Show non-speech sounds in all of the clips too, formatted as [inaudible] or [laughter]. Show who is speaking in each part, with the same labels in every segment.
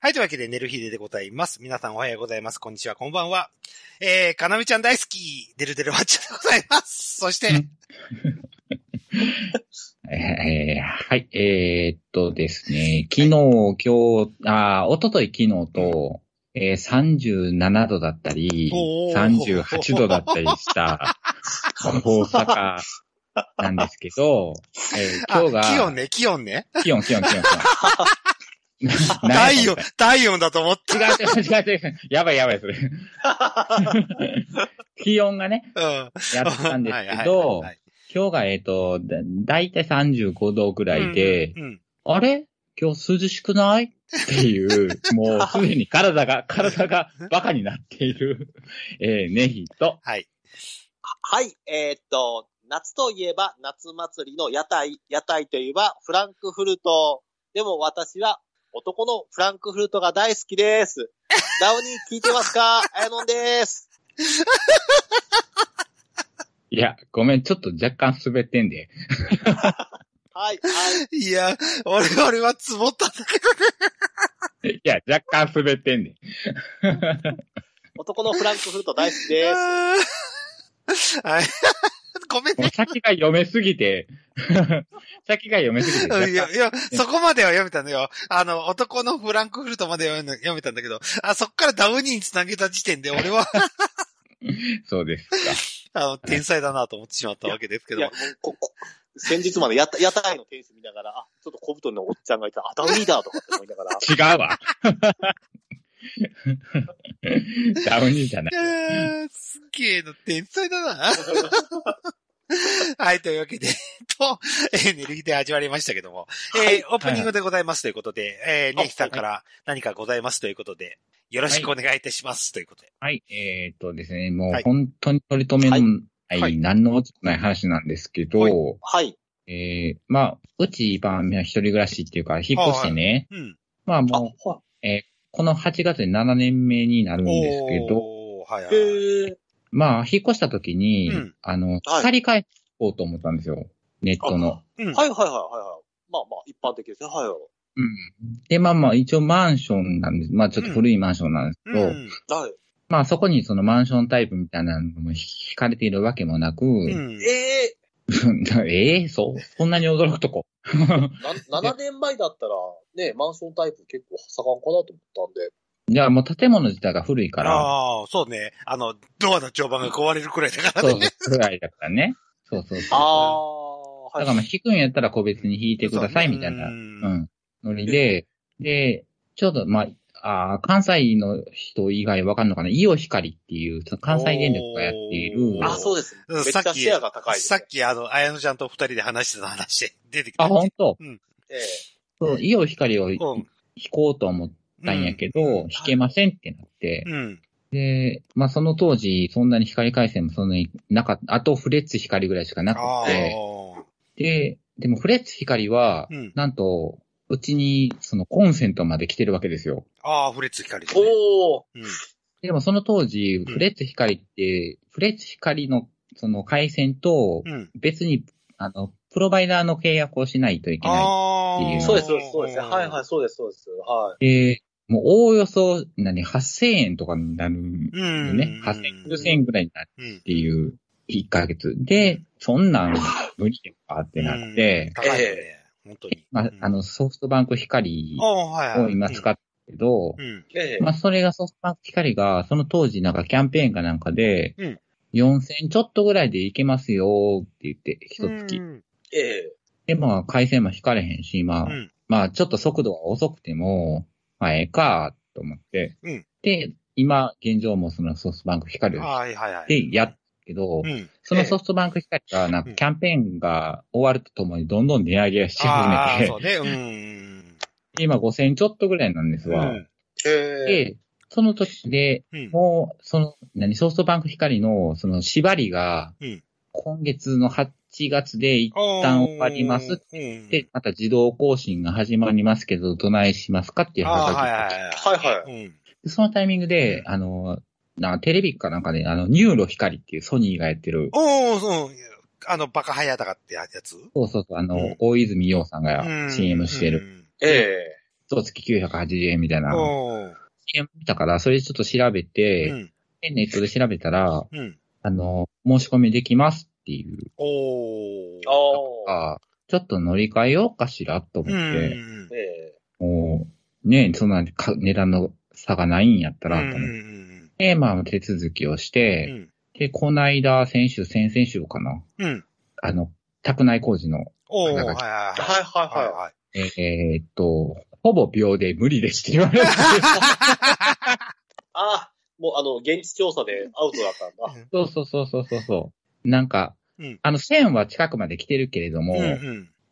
Speaker 1: はい、というわけで、寝る日ででございます。皆さんおはようございます。こんにちは、こんばんは。えー、かなみちゃん大好き、デルデルワッチャでござい
Speaker 2: [laughs]
Speaker 1: ます。そして、
Speaker 2: えーはい、えーっとですね、昨日、今日、あー、おととい昨日と、えー、37度だったり
Speaker 1: お、ー
Speaker 2: 38度だったりした、大阪なんですけど、えー
Speaker 1: あ
Speaker 2: 今日が、
Speaker 1: 気温ね、気温ね。
Speaker 2: 気温、気温、気温、気温。
Speaker 1: [laughs] 体
Speaker 2: 違
Speaker 1: 温、体温だと思っ
Speaker 2: う、違う、違う。やばい、やばい、
Speaker 1: [laughs]
Speaker 2: それ。気温がね、
Speaker 1: た。
Speaker 2: や
Speaker 1: う
Speaker 2: ってたん
Speaker 1: ん。
Speaker 2: です
Speaker 1: はいはい
Speaker 2: け
Speaker 1: はい
Speaker 2: ど
Speaker 1: は、い
Speaker 2: 今日が、えーっと、だだいたい35度ぐらいで、
Speaker 1: うん。
Speaker 2: あれ今日涼しくないっていう、もうすでに
Speaker 1: [laughs]
Speaker 2: 体が、体がバカになっている、えー、ネヒと、
Speaker 1: はい。
Speaker 3: はい、えーっと、夏といえば夏祭りの屋台、屋台といえばフランクフルト。でも私は男のフランクフルトが大好きです。ダウニー聞いてますかあやのんです。
Speaker 2: いや、ごめん、ちょっと若干滑ってんで。
Speaker 3: はい、はい。
Speaker 1: いや、俺、俺は積もったんだけど。
Speaker 2: いや、若干滑ってんで。
Speaker 3: 男のフランクフルト大好
Speaker 1: [laughs]
Speaker 3: きです。
Speaker 1: はい。 [laughs] ごめん
Speaker 2: もう
Speaker 1: ね。
Speaker 2: 先が読めすぎて、 [laughs] 先が読めすぎて若
Speaker 1: いや、
Speaker 2: 干、
Speaker 1: いや、そこまでは読めたのよ。あの、男のフランクフルトまで読めの読めたんだけど、あ、そっからダウニーに繋げた時点で俺は、
Speaker 2: そうですか。
Speaker 1: あの、天才だなと思ってしまったわけですけ
Speaker 3: い
Speaker 1: ど
Speaker 3: や、
Speaker 1: も
Speaker 3: も。うここ先日まで屋台屋台の店主見ながら、あ、ちょっと小太りのおっちゃんがいたら、あ、ダウニーだとかって思いながら、
Speaker 2: 違うわ。 [laughs] ダウニーじゃない
Speaker 1: い。やー、すっげえな、天才だな。 [laughs] はい、というわけで、えっと、えー、寝る日で始まりましたけども、
Speaker 3: は
Speaker 1: えーオープニングでございますということで、えー、ネヒさんから何かございますということで、よろしくお願いいたしますということで。
Speaker 2: はい、えーっとですね、もう
Speaker 1: はい
Speaker 2: 本当に取り留めのない、
Speaker 1: はい
Speaker 2: 何の落ちもない話なんですけど、
Speaker 1: は
Speaker 3: はい。
Speaker 2: えーまあ、うち今、まあ一人暮らしっていうか、引っ越してね、
Speaker 1: うん。
Speaker 2: ま
Speaker 3: あ、
Speaker 2: あもう、
Speaker 3: は。
Speaker 2: この8月で7年目になるんですけど、
Speaker 1: おーはいはい
Speaker 3: へ
Speaker 1: い。
Speaker 3: ー
Speaker 2: まあ、引っ越した時に、
Speaker 1: うん
Speaker 2: あの、
Speaker 3: はい
Speaker 2: 光り返こうと思ったんですよ。ネットの。
Speaker 1: うん。
Speaker 3: はいはいはいはいはい。まあまあ、一般的ですね。はいはい。
Speaker 2: うん。で、まあまあ、一応マンションなんです。まあ、ちょっと古いマンションなんですけ
Speaker 1: う
Speaker 2: ど、
Speaker 1: ん。
Speaker 3: はい。
Speaker 2: まあ、そこにそのマンションタイプみたいなのも引かれているわけもなく、
Speaker 1: うん。
Speaker 3: ええー、
Speaker 2: [laughs] ええそうそんなに驚くとこ。
Speaker 3: な7年前だったら、ね、マンションタイプ結構盛んかなと思ったんで。
Speaker 2: いや、もう建物自体が古いから、
Speaker 1: ああ、そうね。あの、ドアの常盤が壊れるくらいだから
Speaker 2: そう
Speaker 1: ね。
Speaker 2: そう、ぐらいだからね。そうそうそう。だからま
Speaker 3: ああー、は
Speaker 2: あ
Speaker 3: い。
Speaker 2: 弾くんやったら個別に弾いてくださいみたいな、
Speaker 1: う。
Speaker 2: うんん、ノリで、で、ちょうどまあ、あー関西の人以外わかんのかなイオ光っていう、その関西電力がやっている
Speaker 1: おー。
Speaker 3: あ、そうです。
Speaker 1: うん
Speaker 3: めっち
Speaker 1: さっ
Speaker 3: ゃ
Speaker 1: き
Speaker 3: シェアが高いです、
Speaker 1: さ
Speaker 3: ね。
Speaker 1: っき、あの、綾野ちゃんと二人で話してた話で出てきた。
Speaker 2: あ、ほんと
Speaker 3: ええ
Speaker 2: そう、イオ光を
Speaker 1: う
Speaker 2: 弾
Speaker 1: ん
Speaker 2: こうと思ったんやけど、弾けませんってなって、
Speaker 1: うん。
Speaker 2: で、まあその当時、そんなに光回線もそんなになかった、あとフレッツ光ぐらいしかなく
Speaker 1: ああ
Speaker 2: て、で、でもフレッツ光は、
Speaker 1: うん
Speaker 2: なんと、うちにそのコンセントまで来てるわけですよ。
Speaker 1: ああ、フレッツ光です、ね。
Speaker 3: おー
Speaker 1: うん
Speaker 2: でもその当時、
Speaker 1: うん
Speaker 2: フレッツ光って、フレッツ光のその回線と
Speaker 1: うん。
Speaker 2: 別に、あの、プロバイダーの契約をしないといけな
Speaker 1: あ
Speaker 2: ってい
Speaker 1: あ。。
Speaker 2: う。
Speaker 3: そうです、そうです、そうです。はいはいい、そうです、そうです。はい
Speaker 2: で、もうおおよそ、何、8000円とかになるん
Speaker 1: う
Speaker 2: だよ
Speaker 1: ん。
Speaker 2: ね。8000、9000円ぐらいになる
Speaker 1: うん
Speaker 2: っ。ていう1ヶ月。で、そんなん無理やんかってなって、
Speaker 1: 高いよね。本当に。
Speaker 2: まあ、あの、ソフトバンク光
Speaker 1: ああ、はいはい。
Speaker 2: を今使ってるけど、
Speaker 1: うん。
Speaker 3: い。ええ
Speaker 2: まあ、それがソフトバンク光が、その当時なんかキャンペーンかなんかで、
Speaker 1: うん
Speaker 2: 4000ちょっとぐらいでいけますよって言って、一月。
Speaker 1: うん。
Speaker 3: ええ
Speaker 2: で、まあ、回線も引かれへんし、まあ、
Speaker 1: うん。
Speaker 2: まあ、ちょっと速度は遅くても、まあ、ええか、と思って。
Speaker 1: うん
Speaker 2: で、今、現状もそのソフトバンク光を
Speaker 1: はいはいはい。
Speaker 2: でやっけど、
Speaker 1: うん。
Speaker 2: そのソフトバンク光が、なん
Speaker 1: う
Speaker 2: か
Speaker 1: ん
Speaker 2: キャンペーンが終わるとともにどんどん値上げし
Speaker 1: あ
Speaker 2: 始
Speaker 1: あ、
Speaker 2: め
Speaker 1: そ
Speaker 2: て、
Speaker 1: うね。うん。
Speaker 2: 今5000ちょっとぐらいなんです
Speaker 1: う
Speaker 2: わ。
Speaker 1: ん。
Speaker 3: ええ
Speaker 2: で、その時で、
Speaker 1: うん。
Speaker 2: もう、その、何、ソフトバンク光の、その縛りが
Speaker 1: うん、
Speaker 2: 今月の8月で一旦終わりますっ
Speaker 1: う
Speaker 2: て
Speaker 1: ん。
Speaker 2: 言って、また自動更新が始まりますけど、どないしますかっていう
Speaker 1: ああ、
Speaker 2: 話
Speaker 1: はい
Speaker 2: が来
Speaker 1: はい
Speaker 3: はいは。
Speaker 1: はいい。うん。
Speaker 2: て、そのタイミングで、あの、なテレビかなんかで、あの、ニューロ光っていうソニーがやってる、
Speaker 1: おおそう。あの、バカハヤタカってやつ
Speaker 2: そうそうそう、あの、
Speaker 1: うん
Speaker 2: 大泉洋さん
Speaker 1: う
Speaker 2: が
Speaker 1: ん
Speaker 2: CM してる、
Speaker 1: うん
Speaker 3: ええ
Speaker 2: 一月980円みたいな、
Speaker 1: おー
Speaker 2: CM 見たから、それちょっと調べて、
Speaker 1: うん。
Speaker 2: でネットで調べたら、
Speaker 1: うん。
Speaker 2: あの、申し込みできますっていう
Speaker 1: おー。
Speaker 3: おー。
Speaker 2: か、ちょっと乗り換えようかしらと思
Speaker 1: う
Speaker 2: って、
Speaker 1: ん。
Speaker 3: ええ
Speaker 2: もう、ね、そんなか値段の差がないんやったら、と
Speaker 1: うんう
Speaker 2: 思っ
Speaker 1: ん
Speaker 2: て、まあ手続きをし
Speaker 1: う
Speaker 2: て、
Speaker 1: ん。
Speaker 2: で、こないだ、先週、先々週かな、
Speaker 1: うん。うん。
Speaker 2: あの、宅内工事の、
Speaker 1: おー。はい
Speaker 2: なん
Speaker 1: は
Speaker 2: か
Speaker 1: いはい。
Speaker 3: はいはいはい。
Speaker 1: はい。
Speaker 2: えーっと、ほぼ秒で無理ですって言
Speaker 1: [laughs]
Speaker 2: われて、
Speaker 3: ああ、もうあの、現地調査でアウトだったんだ。
Speaker 2: そうそうそうそうそうそう。なんか、
Speaker 1: うん
Speaker 2: あの、線は近くまで来てるけれども、
Speaker 1: う。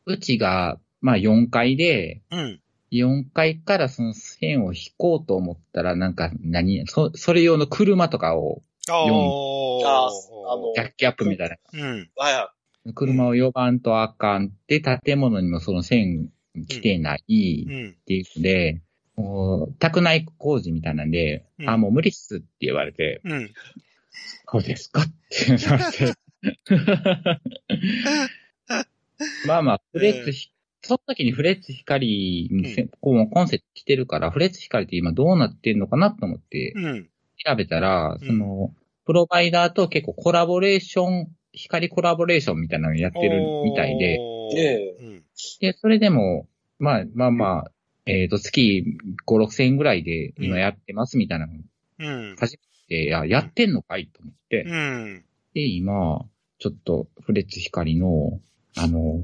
Speaker 2: うんちが、まあ4階で、
Speaker 1: うん。うん。
Speaker 2: 4階からその線を引こうと思ったら、なんか何、そ、それ用の車とかを、
Speaker 1: おー。
Speaker 3: あーあの
Speaker 2: ジャッキアップみたい
Speaker 1: うん。
Speaker 3: はいは
Speaker 2: な。車を呼ばんとあかんで、建物にもその線来てない
Speaker 1: うん。
Speaker 2: っていうので、もう、宅内工事みたいなんで、
Speaker 1: うん
Speaker 2: あ、もう無理っすって言われて、
Speaker 1: うん。
Speaker 2: そうですかってなって。 [laughs] まあまあ、フレッツひ、その時にフレッツ光にせ、こうコンセプト来てるから、フレッツ光って今どうなってんのかなと思って
Speaker 1: うん。
Speaker 2: 調べたら、
Speaker 1: うん
Speaker 2: その、プロバイダーと結構コラボレーション、光コラボレーションみたいなのやってるみたいで、
Speaker 1: おー。
Speaker 3: え
Speaker 1: うん。
Speaker 2: で、それでも、まあまあまあ、えっ、と、月5、6千円ぐらいで今やってますみたいなの
Speaker 1: うん。
Speaker 2: で、いや、やってんのかいと思って、
Speaker 1: うん。
Speaker 2: で、今、ちょっと、フレッツ光の、あの、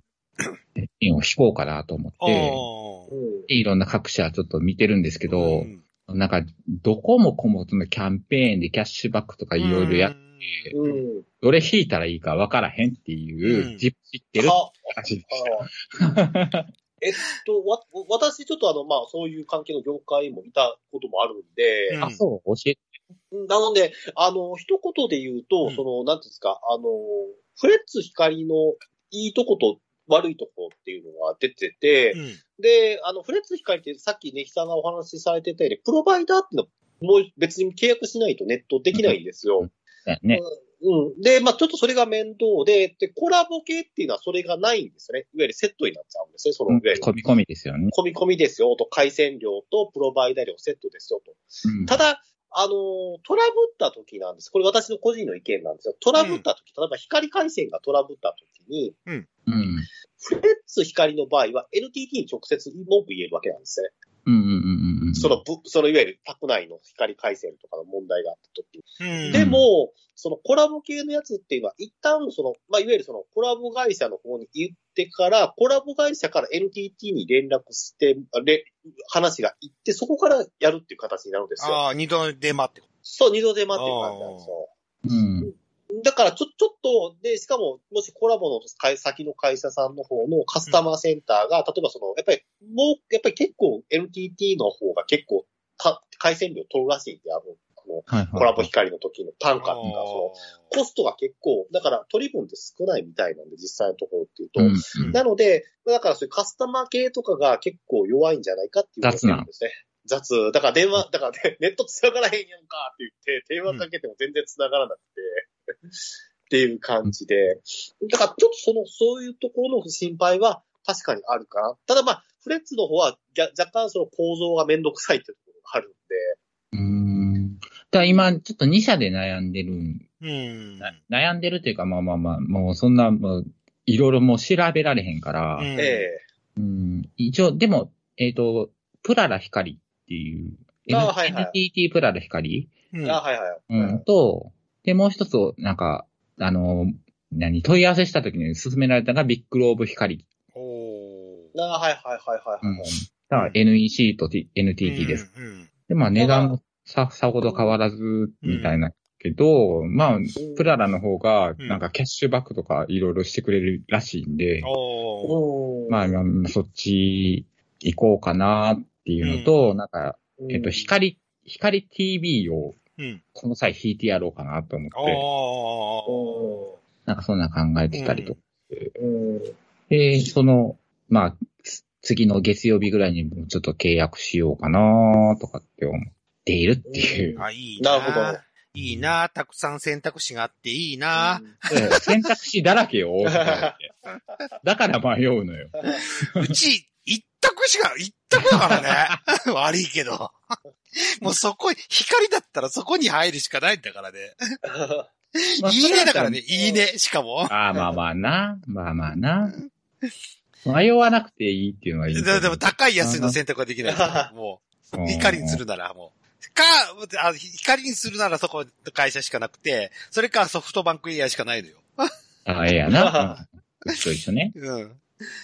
Speaker 2: ピンを引こうかなと思って、
Speaker 1: お
Speaker 3: い。
Speaker 1: ー。
Speaker 3: うん。
Speaker 2: でいろんな各社ちょっと見てるんですけど、
Speaker 1: ん
Speaker 2: なんか、どこもこもそのキャンペーンでキャッシュバックとかいろいろや、
Speaker 1: て
Speaker 3: うん。
Speaker 2: どれ引いたらいいかわからへんっていうう、
Speaker 1: ん
Speaker 2: ジップ知ってる
Speaker 3: あ
Speaker 2: 話でした。
Speaker 3: あーえっと、わ、私ちょっとあの、まあ、そういう関係の業界もいたこともあるんで、
Speaker 2: あ、そう、教えて。
Speaker 3: なので、あの、一言で言うと、
Speaker 1: うん
Speaker 3: その、なんていうんですか、あの、フレッツ光のいいとこと悪いとこっていうのが出てて、
Speaker 1: うん。
Speaker 3: で、あの、フレッツ光ってさっきネヒさんがお話しされてたように、プロバイダーっていうのはもう別に契約しないとネットできないんですよ。
Speaker 2: ね。
Speaker 3: うん。で、まあちょっとそれが面倒で、で、コラボ系っていうのはそれがないんですよね。いわゆるセットになっちゃうんですね。その、いわゆる
Speaker 2: 込み込みですよね。
Speaker 3: 込み込みですよと、回線料とプロバイダー料セットですよと。
Speaker 2: うん
Speaker 3: ただ、あのートラブった時なんです。これ私の個人の意見なんですよ。トラブった時、例えば光回線がトラブった時に、
Speaker 2: うん。
Speaker 3: フレッツ光の場合は NTT に直接文句言えるわけなんですね。
Speaker 2: うんうんうんうんうん。
Speaker 3: そのぶ、そのいわゆる宅内の光回線とかの問題があった時
Speaker 1: うん。
Speaker 3: でも、そのコラボ系のやつっていうのは、一旦その、まあ、いわゆるそのコラボ会社の方に言ってから、コラボ会社から NTT に連絡して、あれ話が行って、そこからやるっていう形になるんですよ。
Speaker 1: ああ、二度出待ってこ
Speaker 3: そう、二度手間っていう感じなんですよ。
Speaker 2: うん。
Speaker 3: だから、ちょ、ちょっと、で、しかも、もしコラボの会先の会社さんの方のカスタマーセンターが、例えばその、やっぱり、もう、やっぱり結構 NTT の方が結構、た回線料取るらしいんで、あの、あの
Speaker 2: はいはい。
Speaker 3: コラボ光の時の単
Speaker 1: う
Speaker 3: 価
Speaker 1: か。
Speaker 3: とか、その、コストが結構、だから取り分って少ないみたいなんで、実際のところっていうと。
Speaker 2: うんうん
Speaker 3: なので、だからそういうカスタマー系とかが結構弱いんじゃないかっていう
Speaker 2: 雑なん
Speaker 3: ですね。雑。だから電話、だからねネット繋がらへんやんかって言って、電話かけても全然繋がらなくて、っていう感じで。だからちょっとその、そういうところの心配は確かにあるかな。ただまあ、フレッツの方はぎゃ若干その構造がめんどくさいっていうところがあるんで、
Speaker 2: うーん。だから今、ちょっと2社で悩んでるん
Speaker 1: うん。
Speaker 2: な悩んでるというか、まあまあまあ、もうそんな、もういろいろもう調べられへんから、
Speaker 1: うん
Speaker 3: え
Speaker 2: うん一応、でも、えっ、と、プララ光っていう、
Speaker 3: あはいはい
Speaker 2: NTT プララ光、
Speaker 1: う
Speaker 3: え
Speaker 1: ん
Speaker 3: あ、はいはい。
Speaker 2: うん、と、で、もう一つ、なんか、あの、何、問い合わせした時に勧められたのがビッグローブ光。
Speaker 1: おー。
Speaker 3: あはいはいはいはいはい。
Speaker 2: うん、だから NEC と T- NTT です。
Speaker 1: うん。
Speaker 2: で、まあ値段もさ、さほど変わらず、みたいな。けど、まあ、プララの方が、
Speaker 1: ん
Speaker 2: なんかキャッシュバックとかいろいろしてくれるらしいんで、
Speaker 1: おー。
Speaker 3: うん
Speaker 2: まあ、まあそっち行こうかなっていうのと、なんか、えっと、光、光 TV を
Speaker 1: うん。
Speaker 2: この際引いてやろうかなと思って、
Speaker 1: おー。
Speaker 3: お
Speaker 2: なんかそんな考えてたりとか。
Speaker 3: ーうん
Speaker 2: で、その、まあ、つ次の月曜日ぐらいにもちょっと契約しようかなとかって思っているっていう。
Speaker 1: あ、いい
Speaker 3: な
Speaker 1: な。
Speaker 3: る [laughs] ほど。
Speaker 1: いいな。たくさん選択肢があっていいな。
Speaker 2: そう選択肢だらけよ。多くてだから迷うのよ。
Speaker 1: うち、一択しか、一択だからね。 [laughs] 悪いけど。もうそこ、光だったらそこに入るしかないんだからね。
Speaker 2: ま
Speaker 1: [laughs]
Speaker 2: あ
Speaker 1: いいねだからね、
Speaker 2: そ
Speaker 1: いいね、しかも。
Speaker 2: ああ、まあまあな。まあまあな。迷わなくていいっていうのはいいと思
Speaker 1: で
Speaker 2: う。
Speaker 1: でも高い安いの選択はでき
Speaker 3: [laughs]
Speaker 1: ない。もう、光にす
Speaker 2: る。
Speaker 1: るならもう。か、あ光にするならそこの会社しかなくて、それかソフトバンクエアしかないのよ。
Speaker 2: ああ、ええやな。うん一緒一緒ね。
Speaker 1: うん。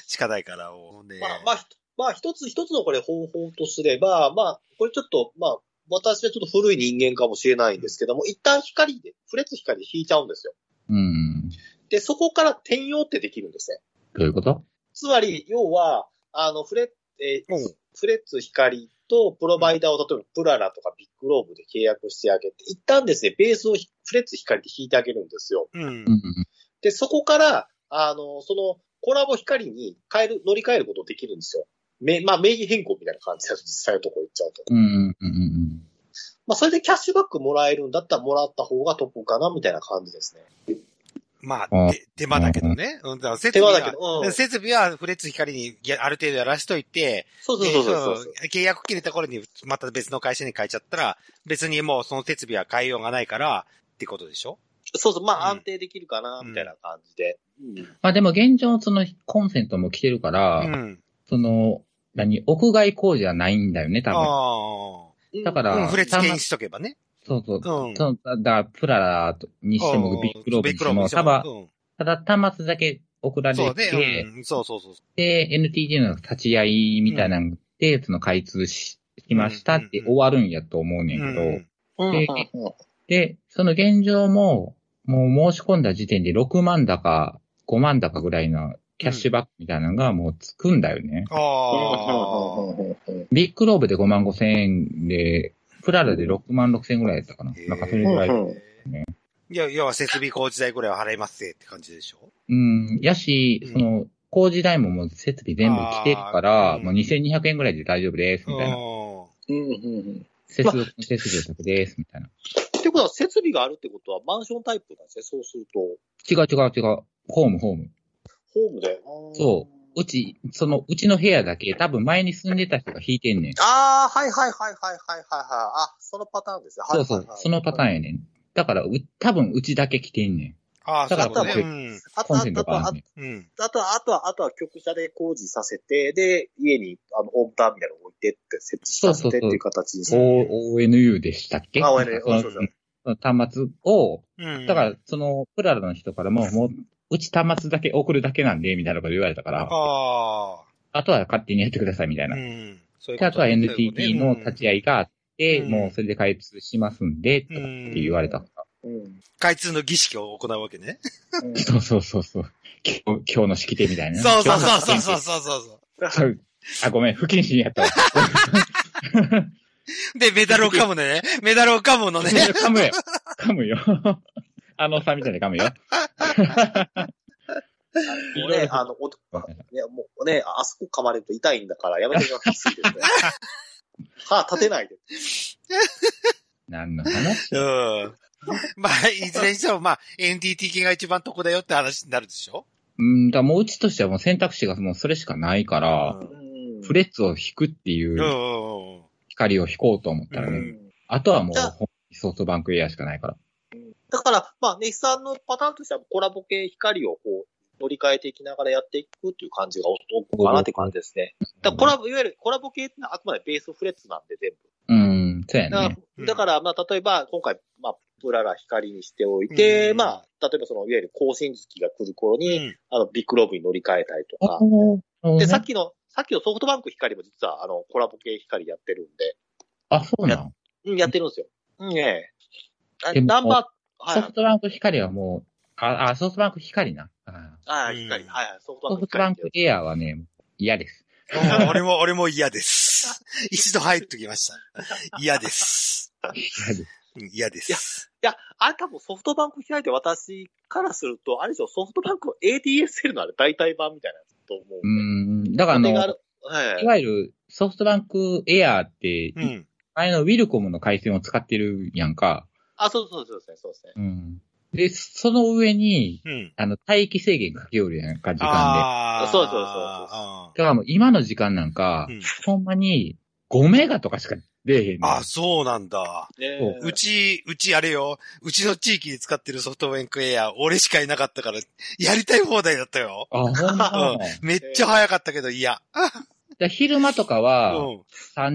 Speaker 1: しかないから、もうね。
Speaker 3: まあ、まあ、ひとまあ、一つ一つのこれ方法とすれば、まあ、これちょっと、まあ、私はちょっと古い人間かもしれないんですけども、一旦光で、フレッツ光で引いちゃうんですよ。
Speaker 2: うん。
Speaker 3: で、そこから転用ってできるんですね。
Speaker 2: どういうこと
Speaker 3: つまり、要は、あの、フレッ、えー
Speaker 1: うん
Speaker 3: フレッツ光とプロバイダーを例えばプララとかビッグローブで契約してあげて、一旦ですね、ベースをひフレッツ光で引いてあげるんですよ。
Speaker 1: うん
Speaker 2: う。ん。
Speaker 3: で、そこから、あの、そのコラボ光に変える、乗り換えることできるんですよ。め、まあ名義変更みたいな感じで実際のところ行っちゃうと。
Speaker 2: うん。うん。うんうん。
Speaker 3: まあそれでキャッシュバックもらえるんだったらもらった方が得かなみたいな感じですね。
Speaker 1: ま
Speaker 2: う
Speaker 1: あ、
Speaker 2: ん
Speaker 1: 手手間だけどね。うん、だから設
Speaker 3: 手
Speaker 1: 備
Speaker 3: 間
Speaker 1: は
Speaker 3: だけど。うん。
Speaker 1: 設備はフレッツ光にやある程度やらしといて、
Speaker 3: そうそうそうそうそう。
Speaker 1: で契約切れた頃にまた別の会社に変えちゃったら、別にもうその設備は変えようがないから、ってことでしょ
Speaker 3: そうそう、まあ
Speaker 1: うん
Speaker 3: 安定できるかなみたいな感じで。うん
Speaker 2: まあでも現状、そのコンセントも来てるか
Speaker 1: う
Speaker 2: ら、
Speaker 1: ん。
Speaker 2: その、何、屋外工事はないんだよね、多分。
Speaker 1: あ
Speaker 3: うん
Speaker 2: だか
Speaker 1: あ。
Speaker 2: ら
Speaker 1: うん、フレッツ系にしとけばね。
Speaker 2: そうそう。
Speaker 1: うん。
Speaker 2: そうだから、プララにしても、ビッグローブにしても、ただ、
Speaker 1: うん
Speaker 2: ただ端末だけ送られ
Speaker 1: そう
Speaker 2: て、
Speaker 1: ね。うんそうそうそう。
Speaker 2: で、NTT の立ち会いみたいなので、その開通ししましたって終わるんやと思うねんけど、
Speaker 1: うん
Speaker 3: うんうんうん
Speaker 2: で、その現状も、もう申し込んだ時点で6万だか5万だかぐらいのキャッシュバックみたいなのがもうつくんだよね。
Speaker 1: ああ。
Speaker 2: ビッグローブで5万5千円で、プララで6万6千円ぐらいだったかな。なんかそれぐらい。
Speaker 3: うん
Speaker 1: いや、要は設備工事代ぐらいは払いますぜって感じでしょ
Speaker 2: うん。やし
Speaker 1: う、ん
Speaker 2: その、工事代ももう設備全部来てるから、
Speaker 1: あー
Speaker 2: もう2200円ぐらいで大丈夫です、
Speaker 1: う
Speaker 2: みたいな。
Speaker 1: ん。
Speaker 2: 接続の設備を得です、みたいな。
Speaker 3: ってことは、設備があるってことは、マンションタイプなんですね。そうすると、
Speaker 2: 違う違う違う。ホームホーム。
Speaker 3: ホームで。。
Speaker 2: そううち、その、うちの部屋だけ、多分前に住んでた人が引いてんねん。
Speaker 3: ああ、はいはいはいはいはいはいはい。あ、そのパターンですね。はい
Speaker 2: そ
Speaker 3: は
Speaker 2: う
Speaker 3: い
Speaker 2: そ
Speaker 3: はい、
Speaker 2: う。そのパターンやねん。だから、う、多分うちだけ来てんねん。
Speaker 1: ああ、そう
Speaker 2: だ
Speaker 1: い
Speaker 2: か
Speaker 1: う
Speaker 2: ら
Speaker 1: ことね。
Speaker 2: 多
Speaker 1: うん
Speaker 3: あと、
Speaker 2: コン
Speaker 3: あ
Speaker 2: セン
Speaker 3: と、
Speaker 2: ト
Speaker 3: あと、
Speaker 2: があ
Speaker 3: あ
Speaker 2: んねん。
Speaker 1: うん。
Speaker 3: と、あと、あとは、あとは局舎で工事させて、で、家に、あの、ホームターミナルを置いてって、設置させてっていう形にする。
Speaker 2: O、ONU でしたっけ
Speaker 3: あ ONU
Speaker 2: その
Speaker 3: そうそう
Speaker 2: その端末を、
Speaker 1: うん
Speaker 2: だから、、その、プララの人からも、もう、うち端末だけ送るだけなんで、みたいなこと言われたから、
Speaker 1: ああ。
Speaker 2: あとは勝手にやってください、みたいな。
Speaker 1: うん。そういう
Speaker 2: で、
Speaker 1: こ
Speaker 2: あ
Speaker 1: と
Speaker 2: とは
Speaker 1: ね
Speaker 2: NTT の立ち会いがあって、
Speaker 1: うん
Speaker 2: もうそれで開通しますんで、と
Speaker 1: う
Speaker 2: かっ
Speaker 1: ん
Speaker 2: て言われたから。
Speaker 3: うん。
Speaker 1: 開通の儀式を行うわけね。
Speaker 2: そうそうそうそう。今日今日の式典みたいな。
Speaker 1: そうそう
Speaker 2: 今
Speaker 1: そう
Speaker 2: 日の
Speaker 1: そうそ
Speaker 2: 式
Speaker 1: うそ
Speaker 2: 典
Speaker 1: うそ
Speaker 2: そう。あ、ごめん、不謹慎やったわ。
Speaker 1: う。で、メダルを噛むのね。メダルを噛むのね。
Speaker 2: 噛むよ。噛むよ。あのさんみたいに噛むよ。
Speaker 3: もうね、あの、お、ね、もうね、あそこ噛まれると痛いんだから、やめてください。ですね。歯立てないで。
Speaker 2: 何の話
Speaker 1: うん。まあ、いずれにしても、まあ、NTT 系が一番得だよって話になるでしょ
Speaker 2: うん、だからもううちとしてはもう選択肢がもうそれしかないから、
Speaker 1: うん
Speaker 3: うん
Speaker 2: フレッツを引くってい
Speaker 1: うんう
Speaker 2: うん
Speaker 1: うん。
Speaker 2: 光を引こうと思ったらね、
Speaker 1: うん
Speaker 2: あとはもう
Speaker 3: じゃあ
Speaker 2: ほんソフトバンクエアしかないから。
Speaker 3: だから、まあ、ネヒさんのパターンとしては、コラボ系光をこう、乗り換えていきながらやっていくっていう感じがお多いかなって感じですね。だからコラボ、いわゆるコラボ系ってのはあくまでベースフレッツなんで全
Speaker 2: うん、そうや
Speaker 3: 部。だ
Speaker 2: ね
Speaker 3: か。ら、だからまあ、例えば、今回、まあ、プララ光にしておいて、
Speaker 1: うん
Speaker 3: まあ、例えばその、いわゆる更新月が来る頃
Speaker 1: う
Speaker 3: に、
Speaker 1: ん。
Speaker 3: あの、ビッグローブに乗り換えたりと
Speaker 2: あ
Speaker 3: か。
Speaker 2: そうね
Speaker 3: で、さっきの、さっきのソフトバンク光も実は、あの、コラボ系光やってるんで、
Speaker 2: あ、そうなの
Speaker 3: うん、やってるんですよ。うん、ええあ
Speaker 2: でも
Speaker 3: ナンバー、はい
Speaker 2: ソフトバンク光はもう、あ、あソフトバンク光な。あ
Speaker 3: はい、
Speaker 1: うん
Speaker 3: 光、はいはい、ソフトバ
Speaker 2: ソ
Speaker 3: ン
Speaker 2: フ
Speaker 3: ク
Speaker 2: トバ
Speaker 3: 光
Speaker 2: ンクエアはね、嫌です。
Speaker 1: うん俺も、俺も嫌です。一度入っときました。嫌です。
Speaker 2: 嫌です。
Speaker 1: うん嫌です。
Speaker 3: いや、あれ多分ソフトバンク開いて私からすると、あれでしょ、ソフトバンクの ADSL のあれ代替版みたいなやつと思う。
Speaker 2: う、ん、だからあの、
Speaker 3: の、
Speaker 2: い
Speaker 3: はい。
Speaker 2: わゆるソフトバンクエアって、
Speaker 1: うん。
Speaker 2: 前のウィルコムの回線を使ってるやんか。
Speaker 3: あ、そうそうそうそうですね、そうですね。
Speaker 2: うん。で、その上に、
Speaker 1: うん。
Speaker 2: あの、待機制限かけよるやんか、時間で。
Speaker 1: ああ。
Speaker 3: そうそうそう
Speaker 2: だからもう今の時間なんか、
Speaker 1: うん
Speaker 2: ほんまに5メガとかしか出えへんねん。
Speaker 1: ああ、そうなんだ。
Speaker 3: ね
Speaker 2: そう
Speaker 1: うち、うちあれよ、うちの地域で使ってるソフトバンクエア、俺しかいなかったから、やりたい放題だったよ。
Speaker 2: あ、ほんま。だか
Speaker 1: めっちゃ早かったけど嫌。
Speaker 2: ら昼間とか
Speaker 1: う
Speaker 2: は、
Speaker 1: ん。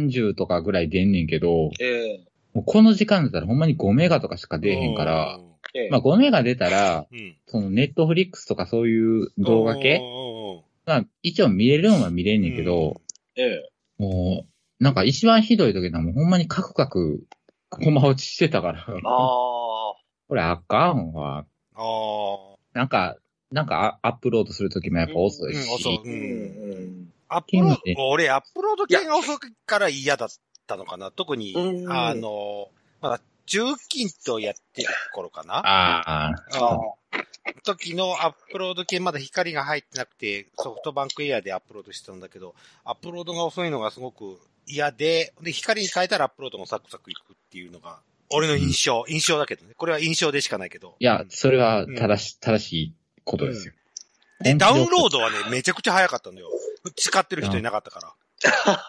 Speaker 2: 30とかぐらい出んねんけど、
Speaker 3: ええ
Speaker 2: もうこの時間だったらほんまに5メガとかしか出えへんから、
Speaker 3: ええ
Speaker 2: まあ5メガ出たら、
Speaker 1: うん。うん。
Speaker 2: そのネットフリックスとかそういう動画
Speaker 1: うん
Speaker 2: 系
Speaker 1: うんうん
Speaker 2: まあ一応見れるんは見れんねんけど、
Speaker 3: ええ
Speaker 2: もう、なんか一番ひどい時はもうほんまにカクカク、コマ落ちしてたから、こ
Speaker 3: あ
Speaker 2: れあかんわ。
Speaker 1: ああ。
Speaker 2: なんか、なんかアアップロードする時もやっぱ遅い
Speaker 1: うん、遅
Speaker 2: し
Speaker 1: い、
Speaker 3: ー。うん。
Speaker 1: アップロー
Speaker 2: 剣で
Speaker 1: ド、俺、アップロード系が遅いから嫌だったのかな。特に、
Speaker 3: うん
Speaker 1: あの、まだ、重金とやってる頃かな
Speaker 2: ああ、
Speaker 3: ああ。
Speaker 1: 時のアップロード系まだ光が入ってなくて、ソフトバンクエアでアップロードしてたんだけど、アップロードが遅いのがすごく嫌で、で、光に変えたらアップロードもサクサクいくっていうのが、俺の印象、印象だけどね。これは印象でしかないけど。
Speaker 2: いや、それは正し、正しいことですよ。
Speaker 1: で、ダウンロー
Speaker 2: ド
Speaker 1: ドはね、めちゃくちゃ早かったのよ。使ってる人いなかったから。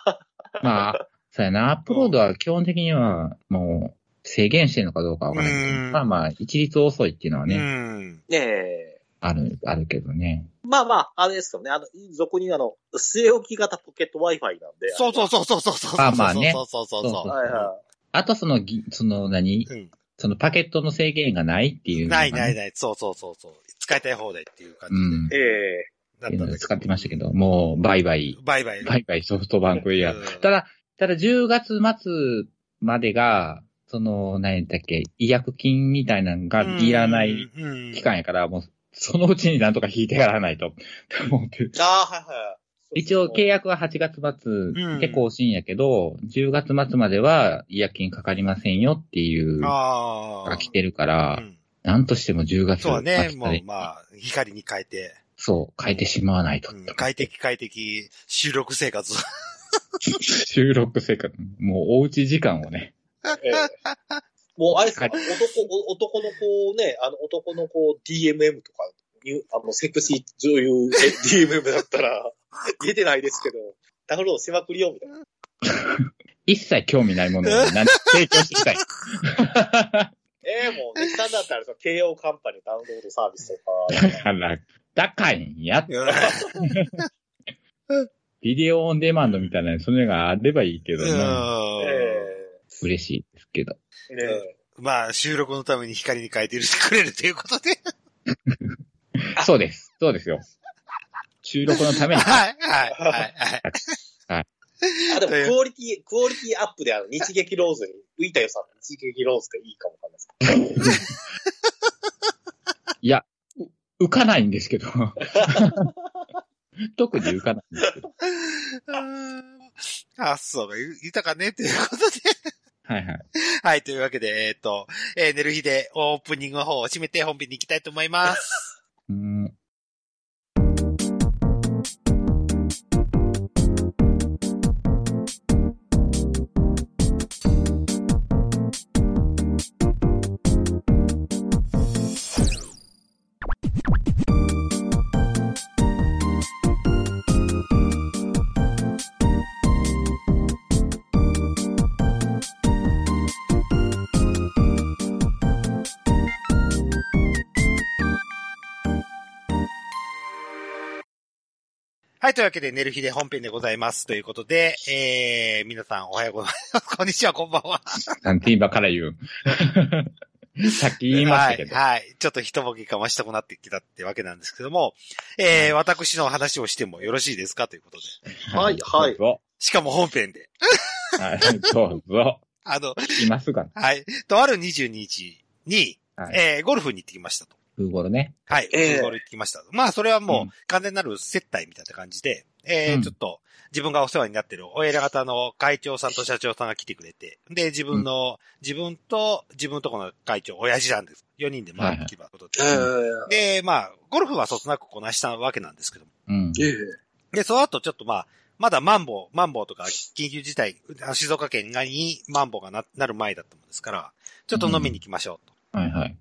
Speaker 2: まあ、そうやな、アップロードは基本的には、もう、制限してるのかどうかわからないけ
Speaker 1: う
Speaker 2: ど
Speaker 1: ん
Speaker 2: まあまあ、一律遅いっていうのはね、
Speaker 1: うん。
Speaker 3: ねえ。
Speaker 2: ある、あるけどね。
Speaker 3: まあまあ、あれですよね。あの、俗にあの、据え置き型ポケット Wi-Fi なんで。
Speaker 1: そうそううそうそうそうそうそう。
Speaker 2: まあまあね
Speaker 1: そうそうそう
Speaker 2: そう
Speaker 1: そ
Speaker 3: はいは
Speaker 2: あとそのぎ、その何、
Speaker 1: う。うん。
Speaker 2: そのパケットの制限がないっていうのが
Speaker 1: な
Speaker 2: ね、
Speaker 1: いないない。そうそうそうそう。使いたい放題っていう感
Speaker 2: うん
Speaker 1: じ
Speaker 3: い。ええ。
Speaker 1: で。だ
Speaker 2: っていうの
Speaker 1: だ
Speaker 2: で使ってましたけど、もう、バイバイ、
Speaker 1: バイバイ。
Speaker 2: バイバイソフトバンクいや
Speaker 1: うん
Speaker 2: ただ、ただ10月末までが、その、何だっけ、違約金みたいなのがいらない期
Speaker 1: 期
Speaker 2: 間やから、もう、そのうちになんとか引いてやらないと、思って
Speaker 3: ああ、はいはい。
Speaker 2: 一応契約は8月末で更新やけど、10月末までは違約金かかりませんよっていうの
Speaker 1: ああ。
Speaker 2: が来て
Speaker 1: る
Speaker 2: るから、なんとしても10月
Speaker 1: そう
Speaker 2: 末
Speaker 1: ね。も
Speaker 2: ま
Speaker 1: う
Speaker 2: で、
Speaker 1: まあ、光に変えて、
Speaker 2: そう、変えてしまわないと。
Speaker 1: うん快適快適収録生活。
Speaker 2: 収録生活、もうおうち時間をね。
Speaker 3: ええもう、あれですか、男、お男の子をね、あの、男の子を DMM とか、いうあの、セクシー女優え DMM だったら、出てないですけど、ダウンロードしまくりよ、みたいな。
Speaker 2: 一切興味ないものを何
Speaker 1: [laughs]
Speaker 2: 提供してきたい。
Speaker 3: ええもう、ね、なんだったら、その、慶応カンパニーダウンロードサービスと
Speaker 2: だ
Speaker 3: か、
Speaker 2: から、高いんや。ビデオオンデマンドみたいな、それがあればいいけどな。
Speaker 3: え
Speaker 1: うん
Speaker 2: 嬉しいですけど。
Speaker 3: えねえ
Speaker 1: まあ、収録のために光に変えてくれるということで。
Speaker 2: そうです。そうですよ。収録のた [laughs] めに。
Speaker 1: はい、はい、はい、はい。
Speaker 3: あ、でも、クオリティ、クオリティアップで、あの、日劇ローズに、浮いたよさんの日劇ローズでいいかもわかんないです。
Speaker 2: いや、う浮かないんですけど。特に浮かないんですけど。
Speaker 1: あ、そうか、ゆ豊かね、ということで。 [laughs]
Speaker 2: はいはい。
Speaker 1: はい、というわけで、えっ、と、えー、寝る日でオープニングの方を締めて本編に行きたいと思い
Speaker 2: [laughs]
Speaker 1: ます。
Speaker 2: うーん
Speaker 1: はい、というわけで、寝る日で本編でございます。ということで、えー、皆さんおはようございます。 [laughs] こんにちは、こんばんは。
Speaker 2: なんて今から言う。さっき言いましたけど。
Speaker 1: はい、はい。ちょっと一ボケかましたくなってきたってわけなんですけども、えー、私の話をしてもよろしいですかということで。
Speaker 3: はいはい
Speaker 2: ど
Speaker 1: しかも本編で。
Speaker 2: うぞ。はいどうぞ。
Speaker 1: あの、
Speaker 2: 今すぐ。は
Speaker 1: はい。とある22日に、
Speaker 2: い。
Speaker 1: えー、ゴルフに行ってきましたと。
Speaker 2: 風頃ね。
Speaker 1: はい。
Speaker 3: ええ
Speaker 1: ゴルフ行ってきましたと。まあ、それはも
Speaker 2: う、
Speaker 1: うん完全なる接待みたいな感じで、えー
Speaker 2: うん
Speaker 1: ちょっと、自分がお世話になってる、お偉方の会長さんと社長さんが来てくれて、で、自分の、自分と、自分のとこの会長、親父なんです。4人で回ってきたことで。で、まあ、ゴルフはそつなくこなしたわけなんですけども。
Speaker 2: うん。
Speaker 3: ええ
Speaker 1: で、その後ちょっとまあ、まだマンボウ、マンボウとか緊急事態、あ静岡県にマンボウがななる前だったもんですから、ちょっと飲みに行きましょうと。
Speaker 2: はいはい。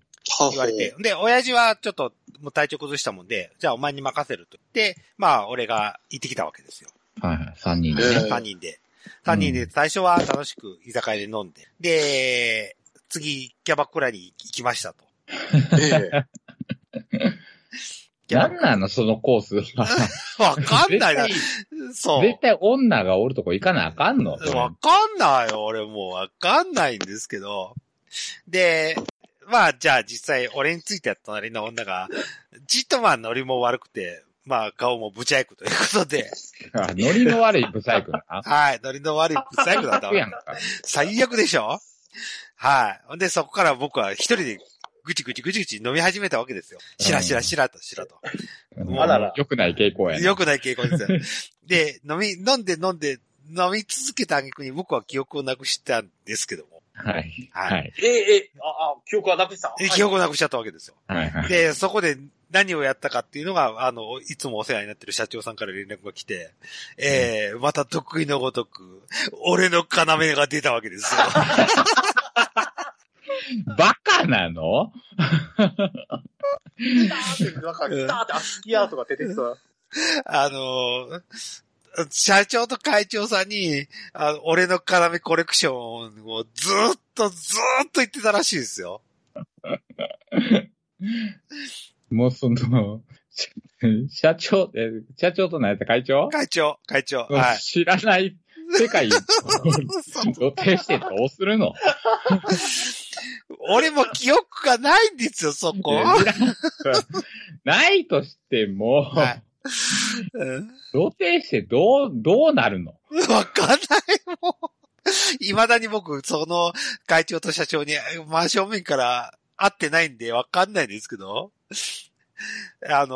Speaker 1: 言われて。で、親父はちょっともう体調崩したもんで、じゃあお前に任せると言って、まあ俺が行ってきたわけですよ。
Speaker 2: はいはい。三人で
Speaker 3: え
Speaker 2: ね。
Speaker 3: え
Speaker 1: 3人で。3人で最初は楽しく居酒屋で飲んで。で、次、キャバクラに行きましたと。
Speaker 3: ええ
Speaker 1: キャバ
Speaker 2: な
Speaker 1: ク
Speaker 2: んなのそのコースは。
Speaker 1: ラわかんないな
Speaker 2: 絶。
Speaker 1: そ
Speaker 2: 対
Speaker 1: う。
Speaker 2: 絶対女がおるとこ行かなあかんの。それ
Speaker 1: わかんないよ、俺もうわかんないんですけど。で、まあじゃあ実際俺については隣の女が、じっとまあノリも悪くて、まあ顔もぶちゃいくということで、
Speaker 2: あノリの悪いブサイクな。
Speaker 1: はい、ノリの悪い不細工だったわ
Speaker 2: 悪やんか。
Speaker 1: 最悪でしょはい。ほんでそこから僕は一人でぐちぐちぐちぐち飲み始めたわけですよ。しらしらしらとしらと。
Speaker 2: うん
Speaker 3: あらら
Speaker 2: 良くない傾向やね。
Speaker 1: 良くない傾向です
Speaker 2: [laughs]
Speaker 1: よ。で、飲み、飲んで飲んで、飲み続けた挙句に僕は記憶をなくしたんですけども。
Speaker 2: はい。
Speaker 1: はい
Speaker 2: はい。
Speaker 3: ええええあ、あ、記憶はなくした。
Speaker 1: で記憶をなくしちゃったわけですよ。
Speaker 2: はいはい。
Speaker 1: で、そこで何をやったかっていうのが、あの、いつもお世話になってる社長さんから連絡が来て、えー、また得意のごとく、俺の要が出たわけですよ。
Speaker 2: バカなの
Speaker 3: はい。ダーって、なんか、ダーって、アスキアートが出てきそう。
Speaker 1: あのー社長と会長さんに、あの俺の要コレクションをずーっとずーっと言ってたらしいですよ。
Speaker 2: もうその、 [laughs] し社長、え社長と何やった会長
Speaker 1: 会長、会長。はい。
Speaker 2: 知らない世界
Speaker 1: [laughs] そう
Speaker 2: 予定してどうするの
Speaker 1: 俺も記憶がないんですよ、そこ。
Speaker 2: いや [laughs] ないとしても、 [laughs]
Speaker 1: はいうん
Speaker 2: 予定してどう、どうなるの
Speaker 1: わかんない、もう。未だに僕、その会長と社長に真正面から会ってないんでわかんないですけど。あの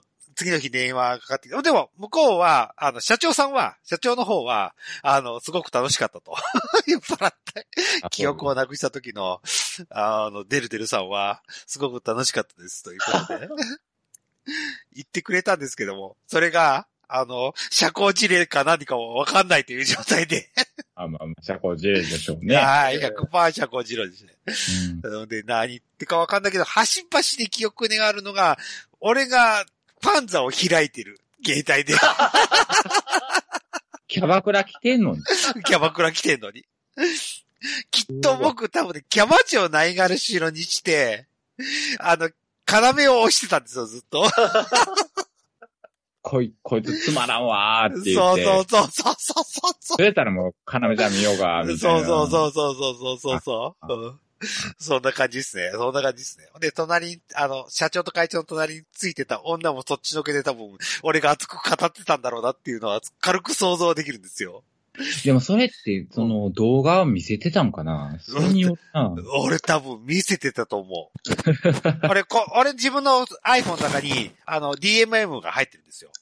Speaker 1: ー次の日電話かかってきて、でも、向こうは、あの、社長さんは、社長の方は、あの、すごく楽しかったと。 [laughs] 酔っ払って、記憶をなくした時の、あの、デルデルさんは、すごく楽しかったです、ということで。言ってくれたんですけども、それが、あの、社交事例か何かもわかんないという状態で、
Speaker 2: あ、まあ、まあ社交辞令でしょうね。
Speaker 1: はい、100%社交事例ですね。
Speaker 2: うん
Speaker 1: なので、何言ってかわかんないけど、端々で記憶にあるのが、俺がパンザを開いてる。携帯で、
Speaker 2: キャバクラ来てんのに。
Speaker 1: [laughs] キャバクラ来てんのに。きっと僕多分ね、キャバ嬢ないがるしろにして、あの、要を押してたんですよ、ずっと。
Speaker 2: こい、こいつつまらんわーって言
Speaker 1: そ
Speaker 2: っ
Speaker 1: う
Speaker 2: て。
Speaker 1: そうそうそうそうそう。
Speaker 2: それやったらもう、要ちゃん見ようか、みたい
Speaker 1: そ
Speaker 2: な。
Speaker 1: うそうそうそうそうそうそう。
Speaker 2: あ
Speaker 1: うんそんな感じですね。そんな感じですね。で、隣に、あの、社長と会長の隣についてた女もそっちのけで多分、俺が熱く語ってたんだろうなっていうのは、軽く想像できるんですよ。
Speaker 2: でもそれって、その動画を見せてたんかなそれによったな。
Speaker 1: 俺多分見せてたと思う。俺、こ、俺自分の iPhone の中に、あの、DMM が入ってるんですよ。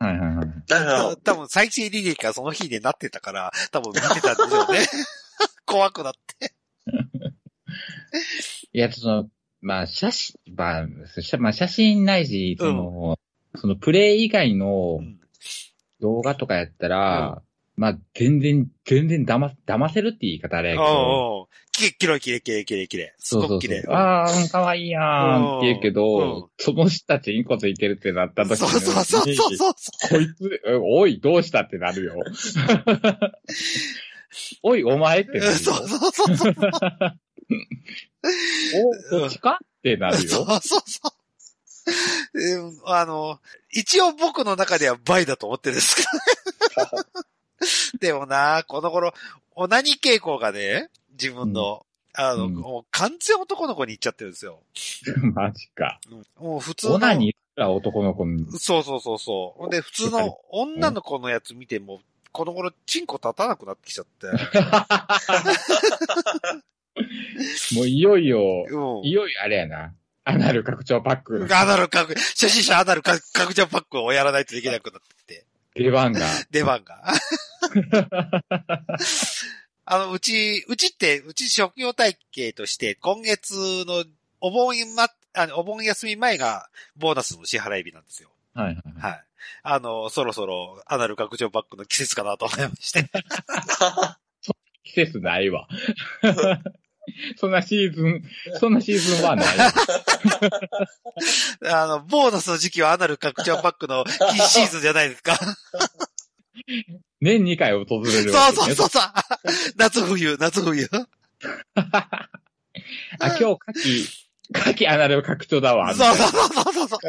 Speaker 2: はいはいはい。
Speaker 1: た多分再生履歴がその日でなってたから、多分見てたんでしょうね。 [laughs] 怖くなって。
Speaker 2: いや、その、まあ、写真、まあ、写まあ、写真ないし、その、そのプレイ以外の
Speaker 1: うん
Speaker 2: 動画とかやったら、まあ、全然、全然騙す、騙せるって言い方あれやけど、
Speaker 1: おうおうきれい、きれい、きれい、きれい、きれい、きれい。す
Speaker 2: そう
Speaker 1: ご
Speaker 2: そ
Speaker 1: く
Speaker 2: う
Speaker 1: き
Speaker 2: そ
Speaker 1: れい。
Speaker 2: う。ああ、かわいいやんって言うけ
Speaker 1: うんうん
Speaker 2: ど、その人たちインコついてるってなった時
Speaker 1: そう
Speaker 2: に
Speaker 1: そうそうそうそう。
Speaker 2: こいつ、おい、どうしたってな
Speaker 1: [laughs]
Speaker 2: るよ。おい、お前ってなるよ。
Speaker 1: そうそうそうそう。
Speaker 2: お、どっちかってなる
Speaker 1: そう
Speaker 2: よ。
Speaker 1: [laughs] そうそう。うんあの、一応僕の中では倍だと思ってるんですけど。でもな、この頃、オナニー傾向がね、自分の、あの、
Speaker 2: うん
Speaker 1: もう完全男の子に行っちゃってるんですよ。
Speaker 2: マジか。
Speaker 1: うんもう普通の。
Speaker 2: オナニーすら男の子に
Speaker 1: そうそうそうそう。ほんで、普通の女の子のやつ見ても、この頃、チンコ立たなくなってきちゃって。
Speaker 2: [laughs] もういよいよ、
Speaker 1: うん
Speaker 2: いよいよあれやな。アナル拡張パック、
Speaker 1: アナル拡、初心者アナル拡拡張パックをやらないとできなくなってきて、
Speaker 2: 出番
Speaker 1: [laughs]
Speaker 2: が。
Speaker 1: 出番が。あの、うち、うちって、うち職業体系として、今月のお盆いま、あの、お盆休み前がボーナスの支払い日なんですよ。
Speaker 2: はいはい。
Speaker 1: はい。あの、そろそろアナル拡張パックの季節かなと思いまして。
Speaker 2: 季節ないわ。 [laughs] そんなシーズン、そんなシーズン
Speaker 1: [laughs]
Speaker 2: はない。
Speaker 1: あの、ボーナスの時期はアナル拡張パックのいいシーズンじゃないですか。
Speaker 2: 年2回訪れ
Speaker 1: そ
Speaker 2: る
Speaker 1: う
Speaker 2: わけ、ね。
Speaker 1: そうそうそう。夏冬、夏冬。
Speaker 2: あ、今日、夏季、夏季アナル拡張だ
Speaker 1: そ
Speaker 2: わ。
Speaker 1: うそうそうそうそう。と
Speaker 2: ち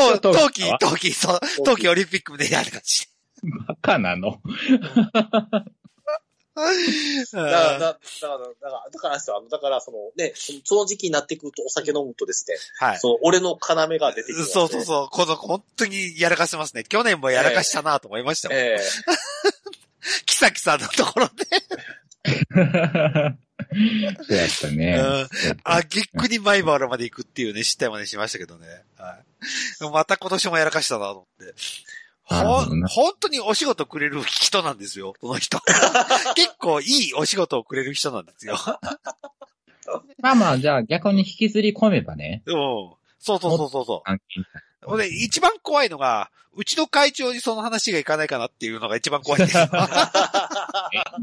Speaker 2: ょっと
Speaker 1: 冬季、冬季、そう、冬季オリンピックでやる感じ。
Speaker 2: バカなの。 [laughs]
Speaker 3: だから、だだから、だから、だからですよ、あのだから、そのね、そのその時期になってくるとお酒飲むとですね、
Speaker 1: はい。
Speaker 3: その俺の要が出てきます、ね。
Speaker 1: そうそうそう。この、本当にやらかしてますね。去年もやらかしたなと思いましたもん。
Speaker 3: ええ
Speaker 1: キサキサのところで、
Speaker 2: そうやった
Speaker 1: う
Speaker 2: ね。
Speaker 1: ん。あ、ぎっくりマイバールまで行くっていうね、失態までしましたけどね。はい。また今年もやらかしたなと思って。
Speaker 2: なるほど
Speaker 1: ほん、
Speaker 2: ね
Speaker 1: 本当にお仕事くれる人なんですよ、この人。 [laughs] 結構いいお仕事をくれる人なんですよ。
Speaker 2: まあまあ、じゃあ逆に引きずり込めばね。
Speaker 1: うん。そうそうそうそうそ。
Speaker 2: 関係ないう
Speaker 1: ほんで、一番怖いのが、うちの会長にその話がいかないかなっていうのが一番怖いんですよ。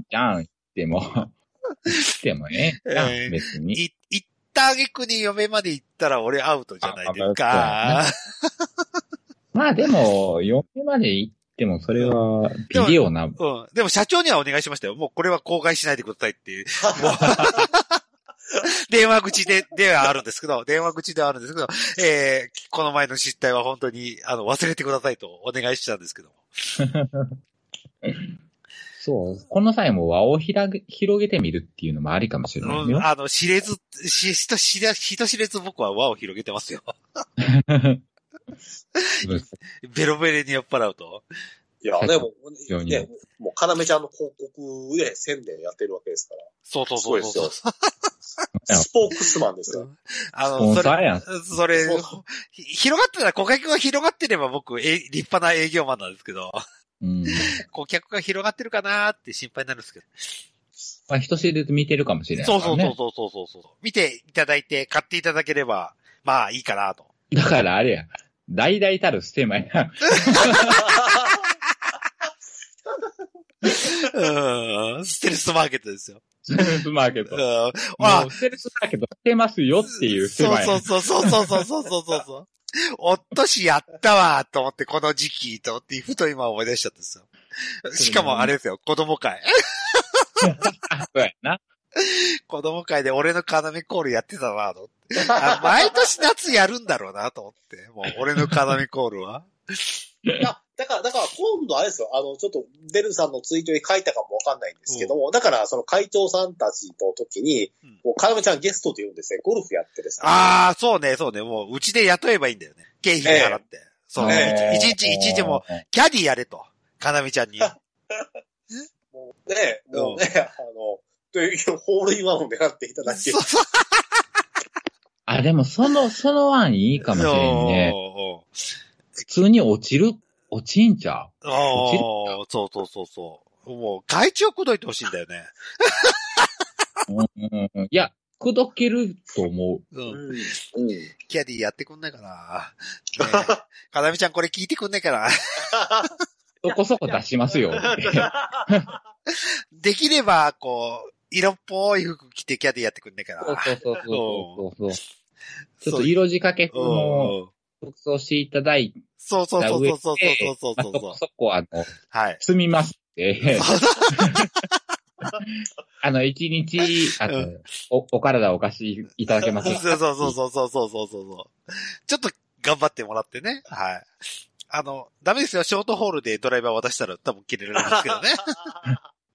Speaker 2: じゃん、でも、
Speaker 1: [laughs]
Speaker 2: でもね、
Speaker 1: えー
Speaker 2: 別に。
Speaker 1: い、行った挙句に嫁まで行ったら俺アウトじゃないですか。
Speaker 2: まあでも、嫁まで行っても、それは、ビデオな、
Speaker 1: うん。でも社長にはお願いしましたよ。もうこれは公開しないでくださいっていう。もう電話口で、ではあるんですけど、電話口ではあるんですけど、えー、この前の失態は本当に、あの、忘れてくださいとお願いしたんですけども。
Speaker 2: そう、この際も輪をひらげ広げてみるっていうのもありかもしれない
Speaker 1: うん、 [laughs]
Speaker 2: よ。
Speaker 1: あの、知れず、し、人知れ、人知れず僕は輪を広げてますよ。ベロベロに酔っ払うと。
Speaker 3: いや、でも
Speaker 2: 非常、に
Speaker 3: ね、もう、要ちゃんの広告で宣伝やってるわけですから。
Speaker 1: そうそう
Speaker 3: すご
Speaker 1: そう
Speaker 3: いです
Speaker 1: そう
Speaker 3: よ。スポークスマンですよ。
Speaker 1: あ
Speaker 2: ス
Speaker 1: の、
Speaker 2: ポン
Speaker 1: それ
Speaker 2: サ、ーやん。
Speaker 1: [laughs] それ
Speaker 3: そう、
Speaker 1: ひ広がってたら、顧客が広がってれば僕、え、立派な営業マンなんですけど、 [laughs]
Speaker 2: うん。
Speaker 1: 顧客が広がってるかなーって心配になるんですけど。
Speaker 2: まあ、人知れず見てるかもしれないか
Speaker 1: そ
Speaker 2: ら
Speaker 1: う
Speaker 2: ね。
Speaker 1: そうそうそうそうそうそう。見ていただいて、買っていただければ、まあいいかなと。
Speaker 2: だからあれや、大々たるステマや。
Speaker 1: うーん、ステルスマーケットですよ。
Speaker 2: ステルスマーケッ
Speaker 1: う
Speaker 2: ト。も
Speaker 1: ん。あ
Speaker 2: う、ステルスマーケットしてますよっていうステ
Speaker 1: そう
Speaker 2: マ
Speaker 1: そう
Speaker 2: や。
Speaker 1: そうそうそうそうそうそうそうそう。おっとしやったわーと思って、この時期と思って、ふと今思い出しちゃったんですよ。しかもあれですよ、子供会。
Speaker 2: あそうやな。
Speaker 1: 子供会で俺の要コールやってたなと思
Speaker 2: [laughs]
Speaker 1: って。あ毎年夏やるんだろうなと思って。もう俺の要コール
Speaker 2: [laughs]
Speaker 1: は。
Speaker 3: いや、だから、だから今度あれですよ、あの、ちょっと、デルさんのツイートに書いたかもわかんないんですけども、だから、その会長さんたちの時に
Speaker 1: うん、
Speaker 3: もう、かなめちゃんゲストで言うんですね、ゴルフやってですね。
Speaker 1: ああ、そうね、そうね。もううちで雇えばいいんだよね。経費払って。そうね。
Speaker 2: えー
Speaker 1: 一日、一日も、キャディやれと。かなみちゃんに。
Speaker 3: もうね、もうね、あの、という、ホールインワンを狙っていただき
Speaker 1: そ、うそう
Speaker 2: あ、でもその、その案いいかもしれんね。
Speaker 1: おー
Speaker 2: 普通に落ちる、落ちんちゃ
Speaker 1: お
Speaker 2: う
Speaker 1: ーおーそうそうそうそう。もう、会長口説いてほしいんだよね。
Speaker 2: うんうんうん、いや、くどけると思
Speaker 1: う。
Speaker 2: う。
Speaker 3: うんん。うん。
Speaker 1: キャディやってくんないかな。ねえ
Speaker 2: [laughs]
Speaker 1: かなみちゃんこれ聞いてくんないかな。
Speaker 2: そこそこ出しますよ。
Speaker 1: できれば、こう、色っぽい服着てキャディやってくんねえか
Speaker 2: そう
Speaker 1: ら。
Speaker 2: そうそうそうそうそう。ちょっ
Speaker 1: そ
Speaker 2: と
Speaker 1: う
Speaker 2: 色仕掛け風の
Speaker 1: うん
Speaker 2: 服装していただい
Speaker 1: そうそう
Speaker 2: た
Speaker 1: そう
Speaker 2: 上で、
Speaker 1: そうそうそう
Speaker 2: まあ
Speaker 1: そう
Speaker 2: そ
Speaker 1: そ
Speaker 2: こ
Speaker 1: う。
Speaker 2: そこあの、
Speaker 1: はい。
Speaker 2: 積みます
Speaker 1: [laughs]
Speaker 2: って。あの、一日、あ
Speaker 1: う
Speaker 2: の、お、お体をお貸しいただけます
Speaker 1: そうそうそうそうそうそうそうそう。ちょっと頑張ってもらってね。はい。あの、ダメですよ。ショートホールでドライバー渡したら多分切れられますけどね。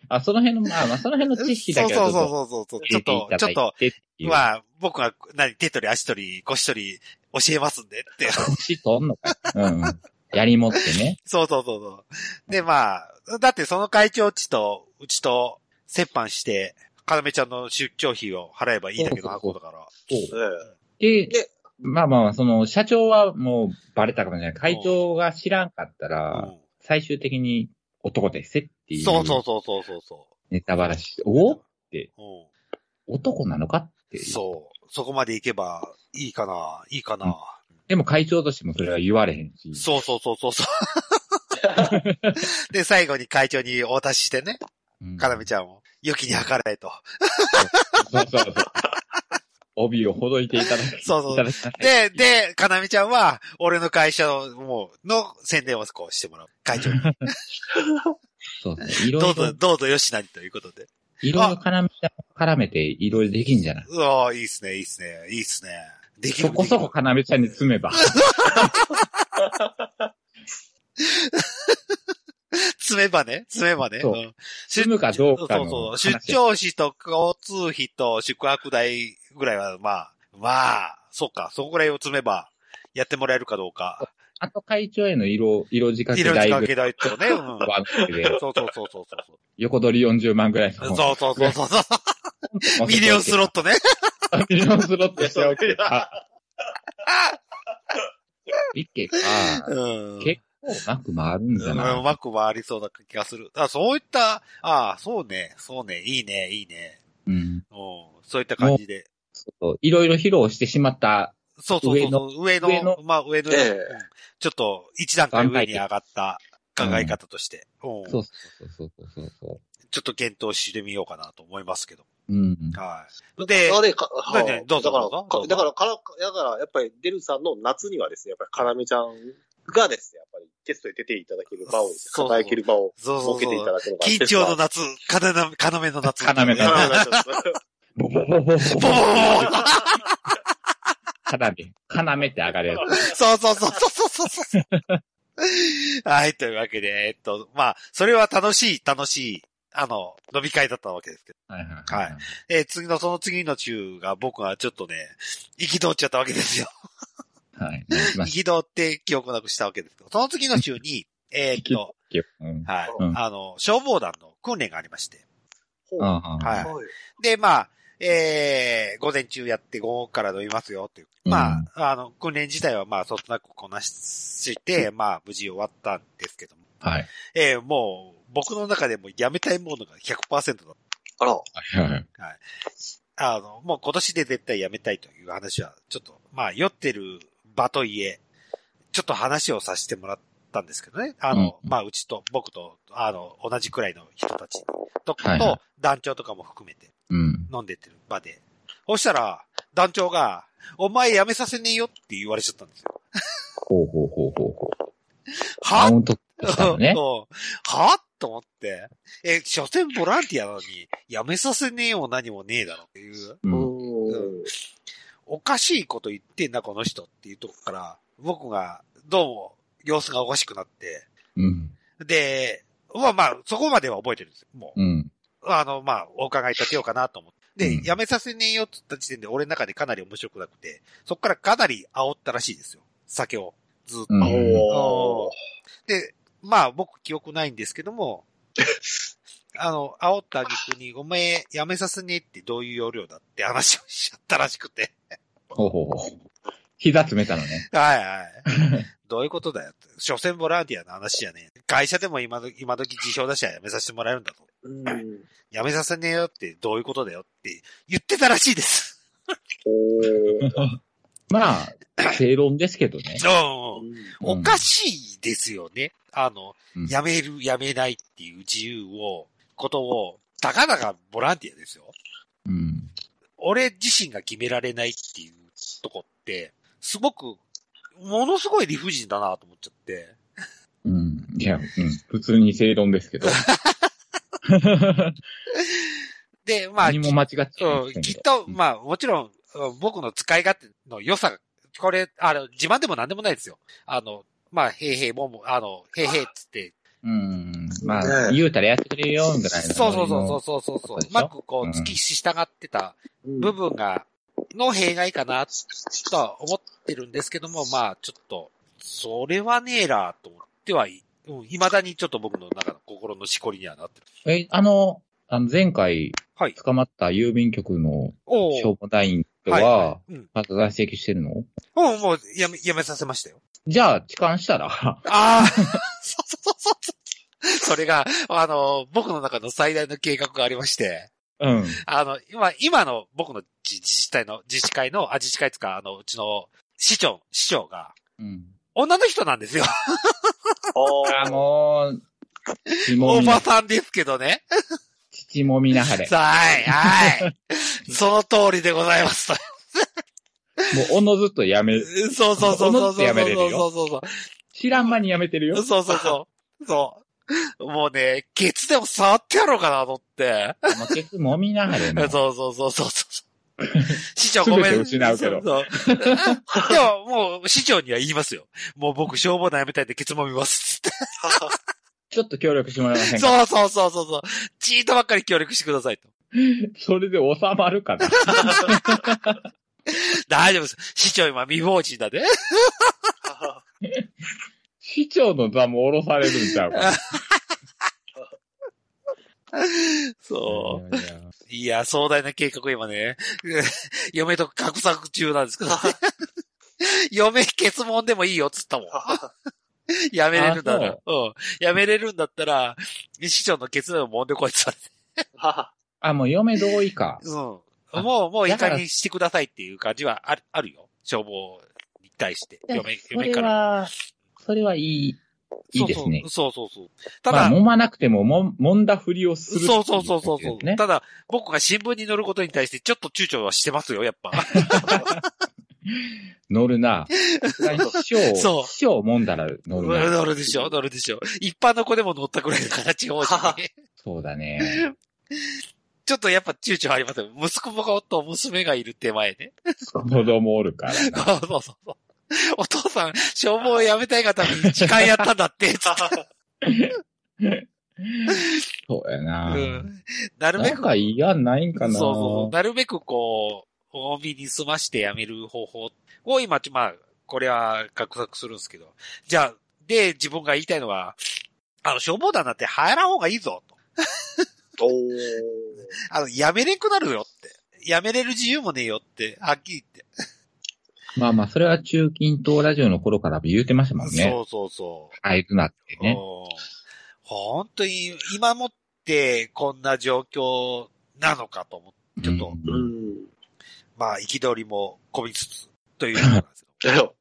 Speaker 2: あ、その辺の、ま [laughs] あまあ、その辺の知識だけは
Speaker 1: そ
Speaker 2: ちょ
Speaker 1: う
Speaker 2: っ
Speaker 1: そう
Speaker 2: と
Speaker 1: そうそうそう。ちょって
Speaker 2: 教えい
Speaker 1: と
Speaker 2: た、
Speaker 1: ち
Speaker 2: だ
Speaker 1: ょっ
Speaker 2: い
Speaker 1: と、
Speaker 2: てっていう。
Speaker 1: まあ、僕が何、手取り足取り、腰取り教えますんでって。
Speaker 2: 知とんのか。うんうん。やりもって
Speaker 1: [laughs]
Speaker 2: ね。
Speaker 1: そうそうそうそう。で、まあ、だってその会長っちと、うちと折半して、かなめちゃんの出張費を払えばいいだけの箱だから。
Speaker 2: で
Speaker 3: で、
Speaker 2: まあまあ、その、社長はもうバレたかもしれない。会長が知らんかった
Speaker 1: う
Speaker 2: ら、
Speaker 1: ん
Speaker 2: 最終的に男ですっていう。
Speaker 1: そうそうそうそうそうそう。
Speaker 2: ネタバラシ。お
Speaker 1: うん
Speaker 2: 男なのかっていう。
Speaker 1: そう。そこまで行けばいいかな、いいかな。
Speaker 2: でも会長としてもそれは言われへんし。
Speaker 1: そうそうそうそうそう。で、最後に会長にお渡ししてね、
Speaker 2: うん。
Speaker 1: かなみちゃんを。良きに計らえと。
Speaker 2: そうそうそう。帯をほどいていただき、
Speaker 1: そうそう
Speaker 2: いただきなさい
Speaker 1: で、で、かなみちゃんは、俺の会社の、もう、の宣伝をこうしてもらう。会
Speaker 2: [laughs]
Speaker 1: 長に。
Speaker 2: そうですね。いろ
Speaker 1: どう
Speaker 2: いろ
Speaker 1: ぞ、、どうぞよしなにということで。
Speaker 2: いろいろ絡めて、絡めていろいろできんじゃないう
Speaker 1: わーいいっすね、いいっすね、いいっすね。できる。
Speaker 2: そこそこかなめちゃんに詰めば。
Speaker 1: 詰めばね、詰めばね。
Speaker 2: そう
Speaker 1: うん
Speaker 2: 住むかどうかの話
Speaker 1: そうそう。出張費と交通費と宿泊代ぐらいは、まあ、まあ、そうか、そこぐらいを詰めば、やってもらえるかどうか。
Speaker 2: あと会長への色、色仕掛
Speaker 1: い
Speaker 2: け
Speaker 1: ろいろ関
Speaker 2: 代ぐ
Speaker 1: 係
Speaker 2: ら
Speaker 1: ないとね。うん
Speaker 2: いはあって [laughs] で、
Speaker 1: そうそうそうそうそう。
Speaker 2: 横取り40万ぐらい
Speaker 1: そ
Speaker 2: の。
Speaker 1: うそうそうそうそう。
Speaker 2: う
Speaker 1: ミリオンスロ
Speaker 2: ッ
Speaker 1: ットね。
Speaker 2: ト。ミリオンスロットしておけば。いけば、
Speaker 1: うん。
Speaker 2: 結構うまく回るんじゃな
Speaker 1: うんう
Speaker 2: い
Speaker 1: まく回りそうな気がする。あそういった、ああ、そうね、そうね、いいね、いいね。
Speaker 2: うん。
Speaker 1: うん、そういった感じで。
Speaker 2: そうそういろいろ披露してしまった。
Speaker 1: そうそうそうそう、上の、
Speaker 2: 上の
Speaker 1: まあ上の、
Speaker 3: ええ
Speaker 1: うんちょっと一段階上に上がった考
Speaker 2: 段階
Speaker 1: え方として、うん
Speaker 2: そうそうそうそうそうそ
Speaker 1: ちょっと検討してみようかなと思いますけど。
Speaker 2: う。うん。
Speaker 1: はい。で、
Speaker 3: あれか、
Speaker 1: だ
Speaker 3: は
Speaker 1: ってどうぞ
Speaker 3: だか
Speaker 1: どう
Speaker 3: ら
Speaker 1: ぞどうぞ
Speaker 3: か、だから、から、だから、やっぱり、デルさんの夏にはですね、やっぱり、カラメちゃんがですね、やっぱり、ゲストに出ていただける場を、
Speaker 1: そう
Speaker 3: 抱ける場を
Speaker 1: そうそう
Speaker 3: 設けていた
Speaker 1: そう。
Speaker 3: だくのが、
Speaker 1: 緊張の夏、かなな、かなめの夏。
Speaker 2: 要の
Speaker 3: フェス
Speaker 2: 夏
Speaker 3: は。
Speaker 2: ボボボボボ
Speaker 1: ボ
Speaker 2: ボ
Speaker 1: ーン
Speaker 2: かなめ、かなめって上がるや
Speaker 1: そうそうそうそうそうそうそう。はい、というわけで、えっと、まあ、それは楽しい、楽しい、あの、飲み会だったわけですけど。
Speaker 2: つ。はい
Speaker 1: はいえー次の、その次の週が僕はちょっとね、行き通っちゃったわけですよ。
Speaker 2: はい。はい。行きま
Speaker 1: 行き
Speaker 2: し
Speaker 1: 通って記憶なくしたわけですけど、その次の週
Speaker 2: [laughs]
Speaker 1: に、えーっと、
Speaker 2: ょう。うん。
Speaker 1: はい、
Speaker 2: うん
Speaker 1: あの、消防団の訓練がありまして。
Speaker 3: は
Speaker 2: ああ
Speaker 1: はいで、まあ、えー、午前中やって午後から飲みますよっていう。まあ、あの、訓練自体はまあ、そつなくこなして、まあ、無事終わったんですけども。
Speaker 2: はい。
Speaker 1: えー、もう、僕の中でもやめたいものが100%だっ
Speaker 3: あら、
Speaker 2: はいはい。
Speaker 1: た。あの、もう今年で絶対やめたいという話は、ちょっと、まあ、酔ってる場といえ、ちょっと話をさせてもらったんですけどね。あの、
Speaker 2: うん
Speaker 1: まあ、うちと、僕と、あの、同じくらいの人たちと、
Speaker 2: はいはい
Speaker 1: と、団長とかも含めて。
Speaker 2: うん。
Speaker 1: 飲んでってる場で。そしたら、団長が、お前辞めさせねえよって言われちゃったんですよ。
Speaker 2: ほうほうほうほうほう。カ
Speaker 1: は
Speaker 2: ウントしたのね。
Speaker 1: そうはと思って。え、所詮ボランティアなのに、辞めさせねえよ何もねえだろっていう。
Speaker 2: う。
Speaker 3: うんん。
Speaker 1: おかしいこと言ってんな、この人っていうとこから、僕が、どうも、様子がおかしくなって。
Speaker 2: うん。
Speaker 1: で、まあまあ、そこまでは覚えてるんですよ。もう。
Speaker 2: うん。
Speaker 1: あの、まあ、お伺い立てようかなと思って。
Speaker 2: うん
Speaker 1: で、やめさせねえよって言った時点で俺の中でかなり面白くなくて、そっからかなり煽ったらしいですよ。酒を。ずっと。
Speaker 2: うん
Speaker 3: おー。
Speaker 1: で、まあ僕記憶ないんですけど
Speaker 2: [laughs]
Speaker 1: も、あの、煽った挙句に、お前やめさせねえってどういう要領だって話をしちゃったらしくて。
Speaker 2: ほうほうほう。膝詰めたのね。
Speaker 1: はい
Speaker 2: [laughs]
Speaker 1: はい。どういうことだよって。所詮ボランティアの話じゃねえ。会社でも今ど今時自称だしはやめさせてもらえるんだと。
Speaker 3: うん。
Speaker 1: やめさせねえよってどういうことだよって言ってたらしいです。
Speaker 2: [laughs]
Speaker 3: おー。
Speaker 2: まあ、正論ですけどね。
Speaker 1: うんうん
Speaker 2: うん
Speaker 1: [laughs] おかしいですよね。あの
Speaker 2: うん、
Speaker 1: やめる、やめないっていう自由を、ことを、たかだかボランティアですよ。
Speaker 2: うん。
Speaker 1: 俺自身が決められないっていうとこって、すごく、ものすごい理不尽だなと思っちゃって。
Speaker 2: うん。いや、うん。普通に正論ですけど。
Speaker 1: で、 [laughs] まあ、
Speaker 2: 何
Speaker 1: き
Speaker 2: も間違っちゃいま
Speaker 1: う
Speaker 2: せ
Speaker 1: ん
Speaker 2: ん
Speaker 1: き
Speaker 2: け
Speaker 1: っ
Speaker 2: ど
Speaker 1: と、まあ、もちろん、うん僕の使い勝手の良さ、これ、あの、自慢でも何でもないですよ。あの、まあ、へいへい、もも、あの、へいへいっつって、
Speaker 2: うん。まあ、言うたらやってくれるよ、みたいな。
Speaker 1: そうそうそうそうそうそう。うまくこ
Speaker 2: うん
Speaker 1: う、突き従ってた
Speaker 3: うん
Speaker 1: 部分が、の弊害かな、とは思ってるんですけども、まあ、ちょっと、それはねえら、と思ってはい、うん、未だにちょっと僕の中の心のしこりにはなってる。
Speaker 2: え、あの、あの、前回、
Speaker 1: はい
Speaker 2: 捕まった郵便局の
Speaker 1: お
Speaker 2: 消防隊員と
Speaker 1: はい
Speaker 2: は、
Speaker 1: いうん。
Speaker 2: また在籍してるの
Speaker 1: うん、もう、やめ、やめさせましたよ。
Speaker 2: じゃあ、痴漢したら、
Speaker 1: ああ [laughs] そうそうそうそう。それが、あの、僕の中の最大の計画がありまして、
Speaker 2: うん。
Speaker 1: あの、今、今の僕の自自治体の、自治会の、あ、自治会つか、あの、うちの市長、市長が、
Speaker 2: うん。
Speaker 1: 女の人なんですよ。
Speaker 3: おー
Speaker 2: あのー、疑問
Speaker 1: お
Speaker 2: に
Speaker 1: ばさんですけどね。
Speaker 2: 父もみなはれ。
Speaker 1: はい、はい。
Speaker 2: [laughs]
Speaker 1: その通りでございます。
Speaker 2: もう、おのずとやめ、
Speaker 1: そうそうそうそうそう。
Speaker 2: おのずとやめれるよ
Speaker 1: そうそうそう。
Speaker 2: 知らん間にやめてるよ。
Speaker 1: そうそうそう。そう。もうね、ケツでも触ってやろうかなと思って。
Speaker 2: もうケツもみなはれ
Speaker 1: [laughs]
Speaker 2: の。
Speaker 1: そうそうそうそうそう。市長ごめん。
Speaker 2: 全て失うけど
Speaker 1: そうそうでも、もう、市長には言いますよ。もう僕、消防団やめたいんで、ケツもみます。つっ
Speaker 2: ちょっと協力してもらえませ
Speaker 1: て
Speaker 2: んか
Speaker 1: そうそうそうそうそう。チートばっかり協力してくださいと。
Speaker 2: それで収まるかな
Speaker 1: 大丈夫です。市長今、未亡人だね。
Speaker 2: 市長の座も下ろされるんちゃうかな
Speaker 1: [laughs] そう。
Speaker 2: いやいやいや
Speaker 1: いや、壮大な計画を今ね、嫁と画策中なんですけど、嫁、結問でもいいよっつったもん。やめれるんだら
Speaker 2: あ、
Speaker 1: うん。やめれるんだったら、市長の結論を揉んでこいっつった
Speaker 2: あ、もう嫁同意か。
Speaker 1: う
Speaker 2: あ
Speaker 1: ん。もう、もういい
Speaker 2: だか
Speaker 1: 加
Speaker 2: ら
Speaker 1: 減にしてくださいっていう感じはある、あるよ。消防に対して。嫁、
Speaker 2: そ
Speaker 1: 嫁
Speaker 2: れ
Speaker 1: から。
Speaker 2: は、それはいい、いいですね。
Speaker 1: そうそうそうそうそう。た
Speaker 2: ま
Speaker 1: だ、
Speaker 2: あ、揉まなくても、も、揉んだふりをするってい
Speaker 1: そうそうそうそうそう、
Speaker 2: ね。
Speaker 1: ただ、僕が新聞に載ることに対してちょっと躊躇はしてますよ、やっぱ。
Speaker 2: 乗
Speaker 1: [laughs]
Speaker 2: るな。師匠、
Speaker 1: そう
Speaker 2: 師匠揉んだら乗る
Speaker 1: [laughs]
Speaker 2: な。
Speaker 1: 乗るでしょ、乗るでしょ。一般の子でも乗ったくらいだ
Speaker 2: [laughs]
Speaker 1: から、地方に。
Speaker 2: そうだね。
Speaker 1: ちょっとやっぱ躊躇ありますよ。息子もと娘がいる手前ね。
Speaker 2: 子供おる
Speaker 1: [laughs]
Speaker 2: からな。
Speaker 1: そうそうそう。お父さん、消防を辞めたいがために時間やったんだって。つって
Speaker 2: そうや
Speaker 1: う
Speaker 2: な。
Speaker 1: んなるべ
Speaker 2: なん
Speaker 1: く、
Speaker 2: か嫌ないんか
Speaker 1: そう
Speaker 2: な。
Speaker 1: そう、なるべくこう、大身に済まして辞める方法を今、まあ、これは画策するんですけど。じゃあ、で、自分が言いたいのは、あの、消防団だって入らん方がいいぞ、と。
Speaker 3: おー。
Speaker 1: あの、辞めれんくなるよって。辞めれる自由もねえよって、はっきり言って。
Speaker 2: まあまあ、それは中近東ラジオの頃から言うてましたもんね。
Speaker 1: そうそうそ
Speaker 2: 入るなって
Speaker 1: う。
Speaker 2: ね。
Speaker 1: うん本当に、今もってこんな状況なのかと思って、ちょっと
Speaker 2: うん
Speaker 3: うん。
Speaker 1: まあ、憤りも込みつつ、ということなんですよ。
Speaker 3: だよ。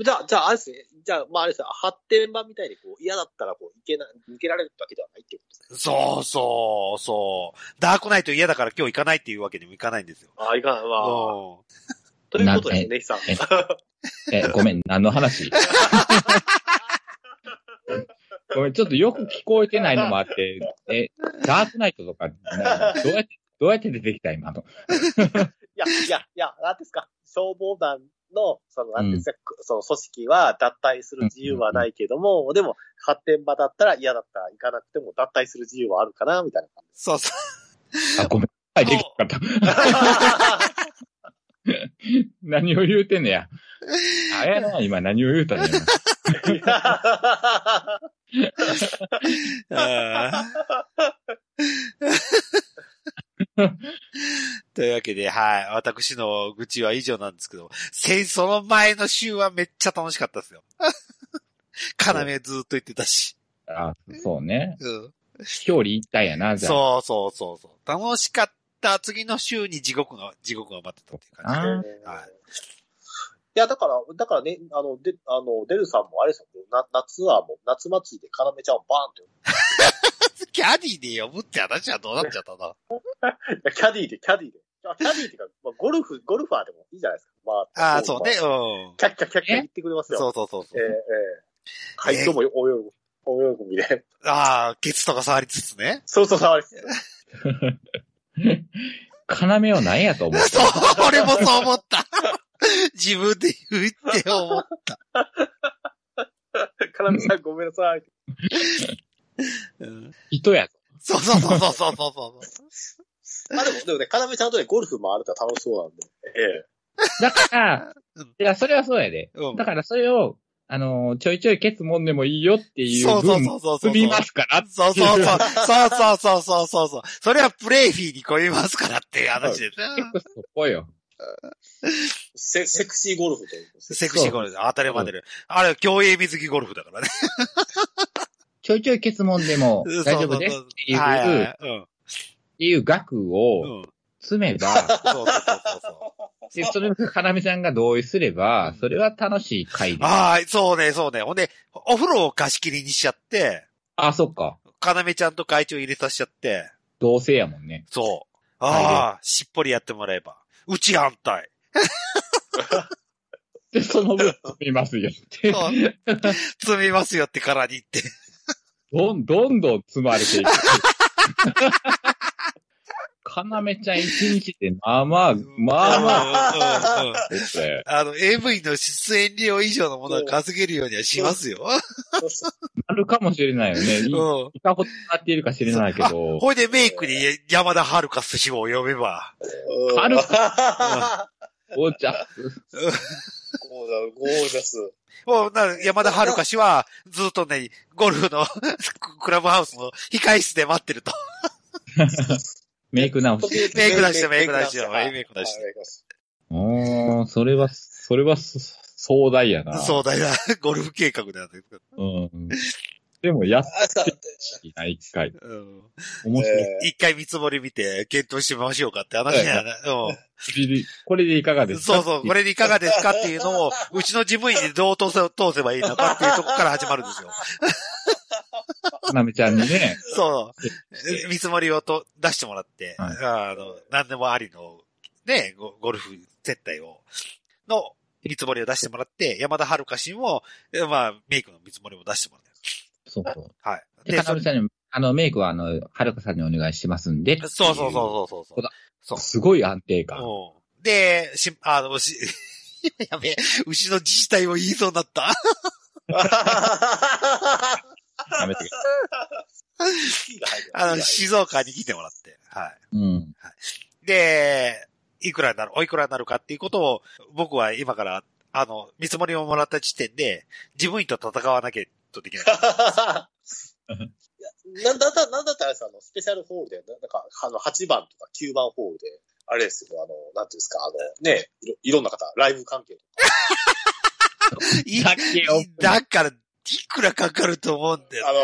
Speaker 3: じゃあ、じゃあ、あれですね。じゃあ、まああれですね。発展版みたいに、こう、嫌だったら、こう、いけな、抜けられるわけではないってことですね。
Speaker 1: そうそう、そう。ダークナイト嫌だから今日行かないっていうわけにもいかないんですよ。
Speaker 3: ああ、いかんわ。
Speaker 1: う
Speaker 3: ということですね、ネヒさん。
Speaker 2: ええ、ごめん、何の話ごめん、ちょっとよく聞こえてないのもあって、え、ダークナイトとか、などうやって、どうやって出てきた今の。
Speaker 3: いや、いや、いや、なんですか、消防団の、その、なんですか、その組織は脱退する自由はないけども、でも、発展場だったら嫌だったら行かなくても脱退する自由はあるかな、 [laughs] みたいな感
Speaker 1: そうそ
Speaker 2: あ、ごめん。はい、できなかった。何を言うてんねや。あやな、今何を言うたんや。
Speaker 3: じ。
Speaker 1: う。うん [laughs] というわけで、はい。私の愚痴は以上なんですけど、せその前の週はめっちゃ楽しかったですよ。 [laughs] 要ずっと言ってたし。
Speaker 2: あ、そうね。
Speaker 1: うん。
Speaker 2: 表裏一体やな、じゃあ。
Speaker 1: そうそうそうそう。楽しかった次の週に地獄が、地獄が待ってたっていう感じ。
Speaker 2: あ
Speaker 1: はい
Speaker 3: いや、だから、だからね、あの、で、あの、デルさんもあれですよ、な夏はもう、夏祭りで要ちゃんをバ
Speaker 1: キャディで呼ぶって話はどうなっちゃったの
Speaker 3: ーンって、キャディーで、キャディーで、あキャディーっていうか、まあ、ゴルフ、ゴルファーでもいいじゃないですか。まあ、
Speaker 1: ああ、そうね。うん。
Speaker 3: キャッキャッキャッキャ言ってくれますよ。
Speaker 1: そうそうそうそう。
Speaker 3: ええええはい、今日もお喜び、お喜びで。
Speaker 1: ああ、ケツとか触りつつね。
Speaker 3: そうそう、触りです。
Speaker 2: 要を何やと思う。
Speaker 1: そう、俺もそう思った。 [laughs] 自分で言うって思っ
Speaker 3: カラミさん、ごめんなさい。
Speaker 1: た。うん
Speaker 2: 人や。
Speaker 1: そうそうそうそうそうそうそう。
Speaker 3: あ、でも、でもね、カラミちゃんとね、ゴルフ回ると楽しそうなんで。え
Speaker 2: だから
Speaker 1: うん、
Speaker 2: いや、それはそうやで。
Speaker 1: うん
Speaker 2: だからそれを、あのーちょいちょいケツもんでもいいよっていう
Speaker 1: そうそう
Speaker 2: 分、
Speaker 1: そうそうそう。
Speaker 2: 積みますからって
Speaker 1: そうそうそう。そうそうそうそうそうそう。それはプレイフィーに超えますからっていう話ですね。
Speaker 2: そこよ。
Speaker 3: えセセクシーゴルフということですね。
Speaker 1: セクシーゴルフ。当たり前でる。あれは競泳水着ゴルフだからね。
Speaker 2: ちょいちょいケツもんでも
Speaker 1: そう
Speaker 2: 大丈夫です
Speaker 1: そ
Speaker 2: っ
Speaker 1: う
Speaker 2: ていう、
Speaker 1: はいはい
Speaker 2: っ
Speaker 1: はいうん。
Speaker 2: ていう額
Speaker 1: う
Speaker 2: を
Speaker 1: ん。
Speaker 2: 詰めば、
Speaker 1: そうそうそうそうそう。
Speaker 2: でそれを花見さんが同意すれば、それは楽しい回です。
Speaker 1: ああ、そうね、そうね。ほんで、お風呂を貸し切りにしちゃって、
Speaker 2: あ、そっか。
Speaker 1: かなめちゃんと会長入れさせちゃって、
Speaker 2: 同性やもんね。
Speaker 1: そう。ああ、しっぽりやってもらえば。うち反対。
Speaker 2: で、その分、見ますよって。
Speaker 1: そう。積みますよってからに言って。
Speaker 2: どん、どんどん積まれていく。かなめちゃん一日で、まあまあ、まあまあ
Speaker 3: まあ
Speaker 1: うんうんうんうん
Speaker 2: ですね。
Speaker 1: あの、AV の出演料以上のものは稼げるようにはしますよ。
Speaker 2: あるかもしれないよね。
Speaker 1: う
Speaker 2: い
Speaker 1: ん。
Speaker 2: いかほどなっているか知れないけど。
Speaker 1: ほいでメイクに山田遥か氏を呼べば。
Speaker 3: うん
Speaker 2: 軽く
Speaker 3: ゴ
Speaker 2: おーちゃん。
Speaker 3: ージャスゴージャス。
Speaker 1: もうな山田遥氏は、ずっとね、ゴルフの [laughs] クラブハウスの控室で待ってると。
Speaker 2: メイク直し。
Speaker 1: メイク出してメイク出して
Speaker 3: はい
Speaker 1: メイク出して
Speaker 3: はいメイク出して
Speaker 2: おー、それは、それはそ壮大やな。
Speaker 1: 壮大なゴルフ計画なんですけど。
Speaker 2: うん。でも、やっ
Speaker 3: あさ
Speaker 2: てない一回。
Speaker 1: うん
Speaker 2: 面白い。
Speaker 3: えー
Speaker 1: 一回見積もり見て、検討してみましょうかって話やな。うん
Speaker 2: これでいかがですか
Speaker 1: そうそう、これでいかがですかっていうのを、
Speaker 2: [laughs]
Speaker 1: うちの事務員にどう通せ通せばいいのかっていうところから始まるん
Speaker 2: [laughs]
Speaker 1: ですよ。
Speaker 2: かなめちゃんにね。
Speaker 1: そう。見積もりをと出してもらって、
Speaker 2: はい
Speaker 1: あの、何でもありの、ね、ゴゴルフ接待を、の見積もりを出してもらって、山田遥氏にも、えまあ、メイクの見積もりも出してもらって。
Speaker 2: そうそう。
Speaker 1: はい。
Speaker 2: で、かなめちゃんにも、あの、メイクは、あの、はるかさんにお願いしますんで。
Speaker 1: そうそうそうそうそう
Speaker 2: こだ
Speaker 1: そう。
Speaker 2: すごい安定感。
Speaker 1: うんで、し、あの、し、 [laughs] やべえ、うちの自治体も言いそうになった。
Speaker 2: やめてくだ
Speaker 1: あの、静岡に来てもらって。は
Speaker 2: うん。
Speaker 1: い。で、いくらになる、おいくらになるかっていうことを、僕は今から、あの、見積もりをもらった時点で、事務員と戦わなきゃとでき
Speaker 2: [laughs]
Speaker 1: ない。
Speaker 3: いや [laughs] なんだった、なんだったらさ、あの、スペシャルホールで、ななんか、あの、8番とか9番ホールで、あれですよ、あの、なんていうんですか、あの、ね、いろいろんな方、ライブ関係
Speaker 1: いい
Speaker 2: だけよ
Speaker 1: だから、いくらかかると思うんだ
Speaker 3: あ
Speaker 1: よ。
Speaker 3: の、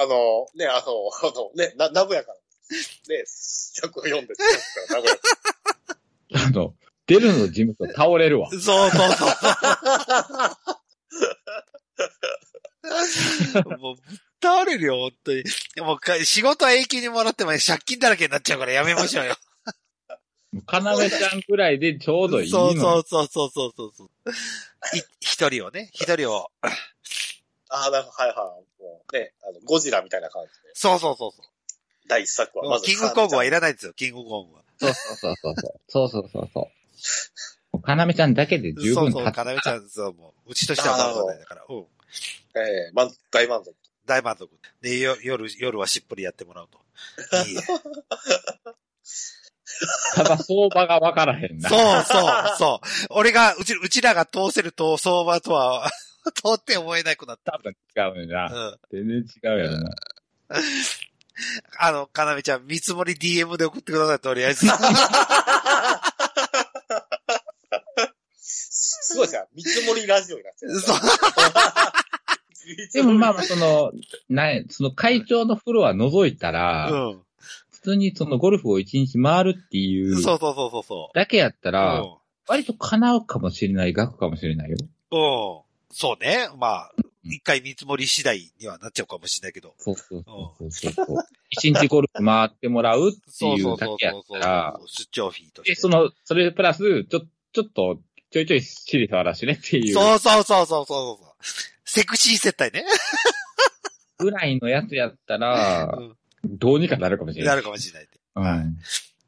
Speaker 3: あの、ね、あの、あの、ね、な、名古屋から。ね、104です。名古屋 [laughs] か
Speaker 2: あの、出るの事務所倒れるわ
Speaker 1: そ。うそう
Speaker 2: [laughs]
Speaker 1: そう。もう、ぶっ倒れるよ、本当に。もうか、仕事は永久にもらっても借金だらけになっちゃうからやめましょうよ。
Speaker 2: かなめちゃんくらいでちょうどいい
Speaker 1: そうそ
Speaker 2: の。
Speaker 1: うそうそうそうそうそう。い一人をね、一人を。
Speaker 3: ら。あ、なんか、はいはい。もう、ね、あの、ゴジラみたいな感じで。
Speaker 1: そうそうそうそう。
Speaker 3: 第一作は、まず。
Speaker 1: キングコングはい
Speaker 3: ら
Speaker 1: らないですよ、キングコングは。
Speaker 2: そうそうそうそう。そうそうそうそう。かなめちゃんだけで十
Speaker 1: そう
Speaker 2: 分
Speaker 1: そう、
Speaker 2: 立つ
Speaker 1: かなめちゃん、そう、もう、うちとしては
Speaker 3: なるほ
Speaker 1: 満
Speaker 3: ど
Speaker 1: 足だから、うん。
Speaker 3: ええ満大満足。
Speaker 1: 大満足。で、よ夜、夜はしっぽりやってもらうと。 [laughs] いいね
Speaker 2: ただ相場がわからへんな。
Speaker 1: そうそう、そう。俺が、うち、うちらが通せると、相場とは、 [laughs] 通って思えなくなっ
Speaker 2: 多分違うねん
Speaker 1: た。う
Speaker 2: な。
Speaker 1: ん。
Speaker 2: 全然違うやろな。
Speaker 1: あの、かなめちゃん、見積もり DM で送ってください、とりあえ
Speaker 2: [laughs]
Speaker 1: ず。
Speaker 3: すごいさ、見積もりラジオになってる。 [laughs]
Speaker 1: そう
Speaker 2: でもまあまあ、その、ない、その会長のフロア覗いたら、
Speaker 1: う
Speaker 2: 普通にそのゴルフを一日回るってい
Speaker 1: ん。
Speaker 2: う
Speaker 1: そうそうそうそうそ
Speaker 2: だけやった
Speaker 1: う。
Speaker 2: ら、
Speaker 1: うん
Speaker 2: 割と叶うかもしれない額かもしれないよ。
Speaker 1: うん。そうね。まあ、
Speaker 2: うん
Speaker 1: 一回見積もり次第にはなっちゃうかもしれないけど。
Speaker 2: そうそうそうそうそう。一日ゴルフ回ってもらうって
Speaker 1: そう
Speaker 2: い
Speaker 1: そううそ
Speaker 2: だ
Speaker 1: う
Speaker 2: けやっ
Speaker 1: そう
Speaker 2: たら、
Speaker 1: 出張費として。
Speaker 2: で、
Speaker 1: そ
Speaker 2: そうの、それプラス、ちょ、ちょっと、ちょいちょいシリ触らしねっていう
Speaker 1: そうそうそうそうそう。セクシー接待ね。
Speaker 2: ぐらいのやつやったら
Speaker 1: う、ん
Speaker 2: どうにかなるかもしれ
Speaker 1: な
Speaker 2: ない。
Speaker 1: るかもしれないって。
Speaker 2: うん。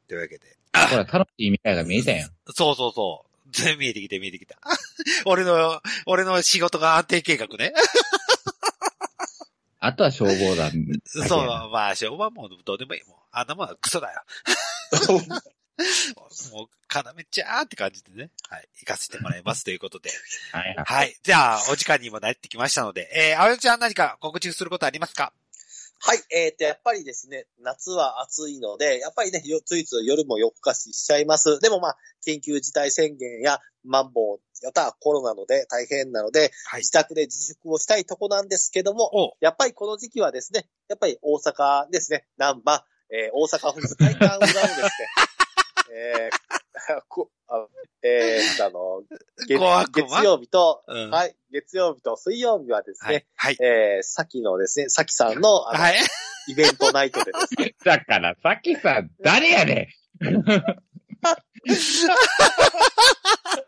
Speaker 1: というわけで。
Speaker 2: ほら、楽しい未来が見えたやん。
Speaker 1: そうそうそう。全見えてきて見えてきた。 [laughs] 俺の、俺の仕事が安定計画 [laughs] ね。
Speaker 2: あとは消防団だけやな。
Speaker 1: そう、まあ、しょうはもうどうでもいい。もう、あんなもんはクソだよ。もう、要ちゃーって感じでね。はい。行かせてもらい [laughs] ますということで。
Speaker 2: はいはい
Speaker 1: はい。じゃあ、お時間にもなってきましたので、えー、あやちゃん何か告知することありますか
Speaker 3: はい、えっ、と、やっぱりですね、夏は暑いので、やっぱりね、よついつい夜も夜更かししちゃいます。でもまあ、緊急事態宣言や、マンボウ、またはコロナので大変なので、
Speaker 1: はい
Speaker 3: 自宅で自粛をしたいとこなんですけども、
Speaker 1: お
Speaker 3: やっぱりこの時期はですね、やっぱり大阪ですね、南波、えー大阪府立会館裏をで
Speaker 2: [laughs]
Speaker 3: すね、えーこあのえーあの、
Speaker 1: ご
Speaker 3: 月
Speaker 1: 悪魔
Speaker 3: 月曜日と、
Speaker 1: うん。
Speaker 3: はい、月曜日と水曜日はです
Speaker 1: はい
Speaker 3: ね、。
Speaker 1: はい。
Speaker 3: えー、さきのですね、さきさんの、あの、
Speaker 1: はい。
Speaker 3: イベントナイトでですね、
Speaker 2: だから、さっきさん、誰やね
Speaker 1: [laughs]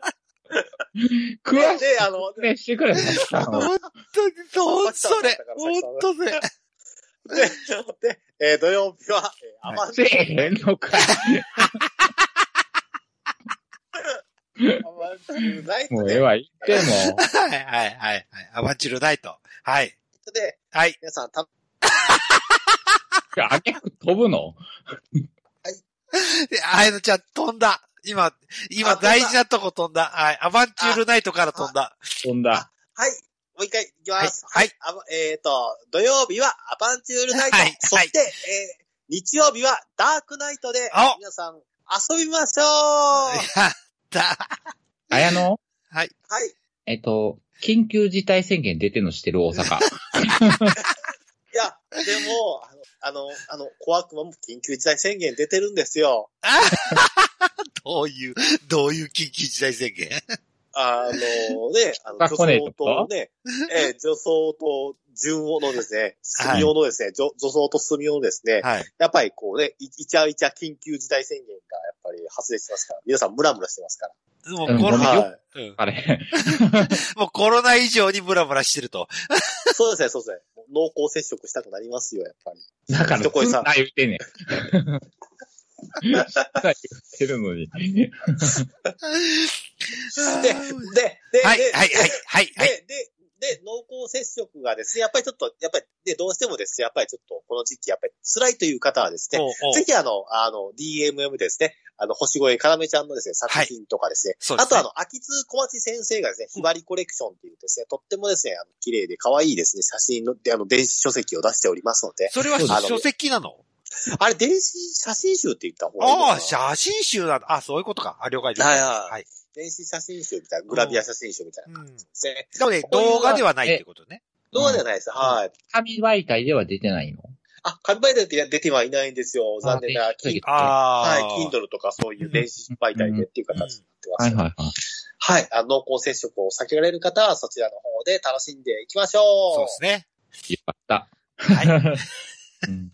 Speaker 2: ん
Speaker 3: で
Speaker 2: 詳し、
Speaker 3: あの、
Speaker 2: くしてくれ、さっきさんを
Speaker 1: 本当に、そう、それ。本当それ。
Speaker 3: で、で、えー、土曜日は、えー、アマン
Speaker 2: せえへんのかい。
Speaker 3: アマンチューナイ
Speaker 2: も
Speaker 3: ト
Speaker 2: う
Speaker 3: で、
Speaker 2: ええわ、言っても。
Speaker 1: はい、はい、はい。はいアバンチュルナイト。はい。
Speaker 3: で、
Speaker 1: はい。
Speaker 3: 皆さん、た
Speaker 2: あげく飛ぶの
Speaker 1: で、あやのちゃん飛んだ。今、今
Speaker 3: あ飛んだ
Speaker 1: 大事なとこ飛んだ。はい。アバンチュールナイトから飛んだ。
Speaker 2: 飛んだ。
Speaker 3: はい、もう一回いきます。
Speaker 1: はい
Speaker 3: あのえっ、と、土曜日はアバンチュールナイト、
Speaker 1: はい
Speaker 3: そして、えー、日曜日はダークナイトで
Speaker 1: あ、
Speaker 3: 皆さん、遊びましょうは
Speaker 1: やった。
Speaker 2: あやの
Speaker 3: い。
Speaker 2: えっと、緊急事態宣言出てんのしてる大
Speaker 1: [laughs]
Speaker 2: 阪。
Speaker 3: いや、でも、あの、あの、あの、小悪魔も緊急事態宣言出てるんですよ。
Speaker 1: どういう、どういう緊急事態宣言
Speaker 3: あのね、あの、
Speaker 2: [laughs] 学校ね
Speaker 3: 女装とね、えー、女装と純王のですね、
Speaker 1: はい
Speaker 3: 純王のですね、女女装と純王のですね、
Speaker 1: はい。
Speaker 3: やっぱりこうね、いいちゃいちゃ緊急事態宣言がやっぱり発生してますから、皆さんムラムラしてますから。
Speaker 1: も
Speaker 2: う
Speaker 1: うんコロ
Speaker 2: は
Speaker 1: ナ、
Speaker 2: い
Speaker 1: うん
Speaker 2: あれ。
Speaker 1: もうコロナ以上にブラブラしてると。
Speaker 3: そうですね、そうですね。もう濃厚接触したくなりますよ、やっぱり。
Speaker 2: だから、
Speaker 3: 人声さん
Speaker 2: あ言ってんねん。 [laughs] 言ってるのに。
Speaker 3: で、で、で、
Speaker 1: はい、
Speaker 3: で
Speaker 1: はい、はい、はい、はい。
Speaker 3: で、で、で、濃厚接触がですね、やっぱりちょっと、やっぱり、で、どうしてもですね、やっぱりちょっと、この時期、やっぱり辛いという方はですね、
Speaker 1: おうおう
Speaker 3: ぜひあの、あの、DMM ですね、あの、星越えかなめちゃんのですね、作品とかですね、
Speaker 1: そうですね
Speaker 3: あとあの、秋津小町先生がですね、ひばりコレクションっていうですね、とってもですね、あの綺麗で可愛いですね、写真の、で、あの、電子書籍を出しておりますので、
Speaker 1: それは
Speaker 2: あ
Speaker 3: の
Speaker 1: 書籍なの
Speaker 3: あれ、電子写真集って言った方がいいのかな
Speaker 1: ああ、写真集なんだ。あそういうことか。あ、了解です。
Speaker 3: はいはい
Speaker 1: はい。
Speaker 3: 電子写真集みたいな、グラビア写真集みたいな
Speaker 1: うん。
Speaker 3: ですね。
Speaker 1: でもね、動画ではないってことね。
Speaker 3: どうじゃないです。はい。
Speaker 2: 紙媒体では出てないの
Speaker 3: あ、紙媒体って出てはいないんですよ。残念な。
Speaker 2: あ電子書籍
Speaker 1: あ
Speaker 3: は
Speaker 1: あ。
Speaker 3: い、Kindle とかそういう電子媒体でっていう形になってま
Speaker 2: は
Speaker 3: す。
Speaker 2: いはいはい。
Speaker 3: はい、あの濃厚接触を避けられる方はそちらの方で楽しんでいきましょう。
Speaker 1: そうですね。
Speaker 2: よかった。。
Speaker 1: はい
Speaker 2: [laughs] うん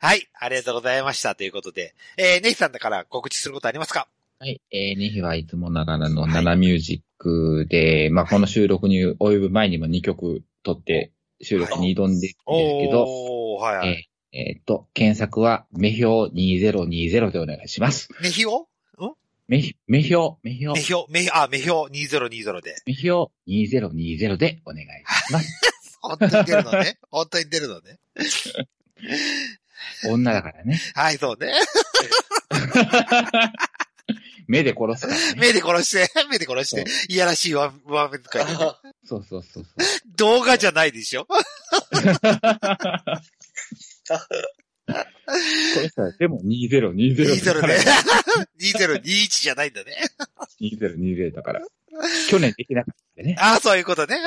Speaker 1: はい。ありがとうございました。ということで。えー、ネヒさんだから告知することありますか
Speaker 2: はい。えー、ネヒはいつもながらのナナミュージックで、まあ、この収録に及ぶ前にも2曲撮って、収録に挑んでるんですけど、
Speaker 1: おー、はいはい。
Speaker 2: えーっと、検索は、メヒョ2020でお願いします。
Speaker 1: メヒオ
Speaker 2: メヒ、メヒョ、メヒョ
Speaker 1: メ、ヒオメヒ、あ、メヒオ2020で。
Speaker 2: メヒョ2020でお願いし
Speaker 1: [laughs]
Speaker 2: ます。
Speaker 1: 本当に出るの [laughs] ね。本当に出るのね。
Speaker 2: 女だからね。
Speaker 1: はい、そうね。
Speaker 2: 目で殺すからね。
Speaker 1: 目で殺して、 [laughs] 目で殺して、いやらしいわ、わめ使いでね。
Speaker 3: あ
Speaker 2: そうそうそうそう。
Speaker 1: 動画じゃないでし
Speaker 2: [laughs]
Speaker 1: ょ
Speaker 2: 殺したらでも2020だ
Speaker 1: ?20 [laughs]
Speaker 2: か
Speaker 1: で
Speaker 2: ら。。
Speaker 1: 2021じゃないんだね。
Speaker 2: 2020だから。去年できなかったね。
Speaker 1: ああ、そういうことね。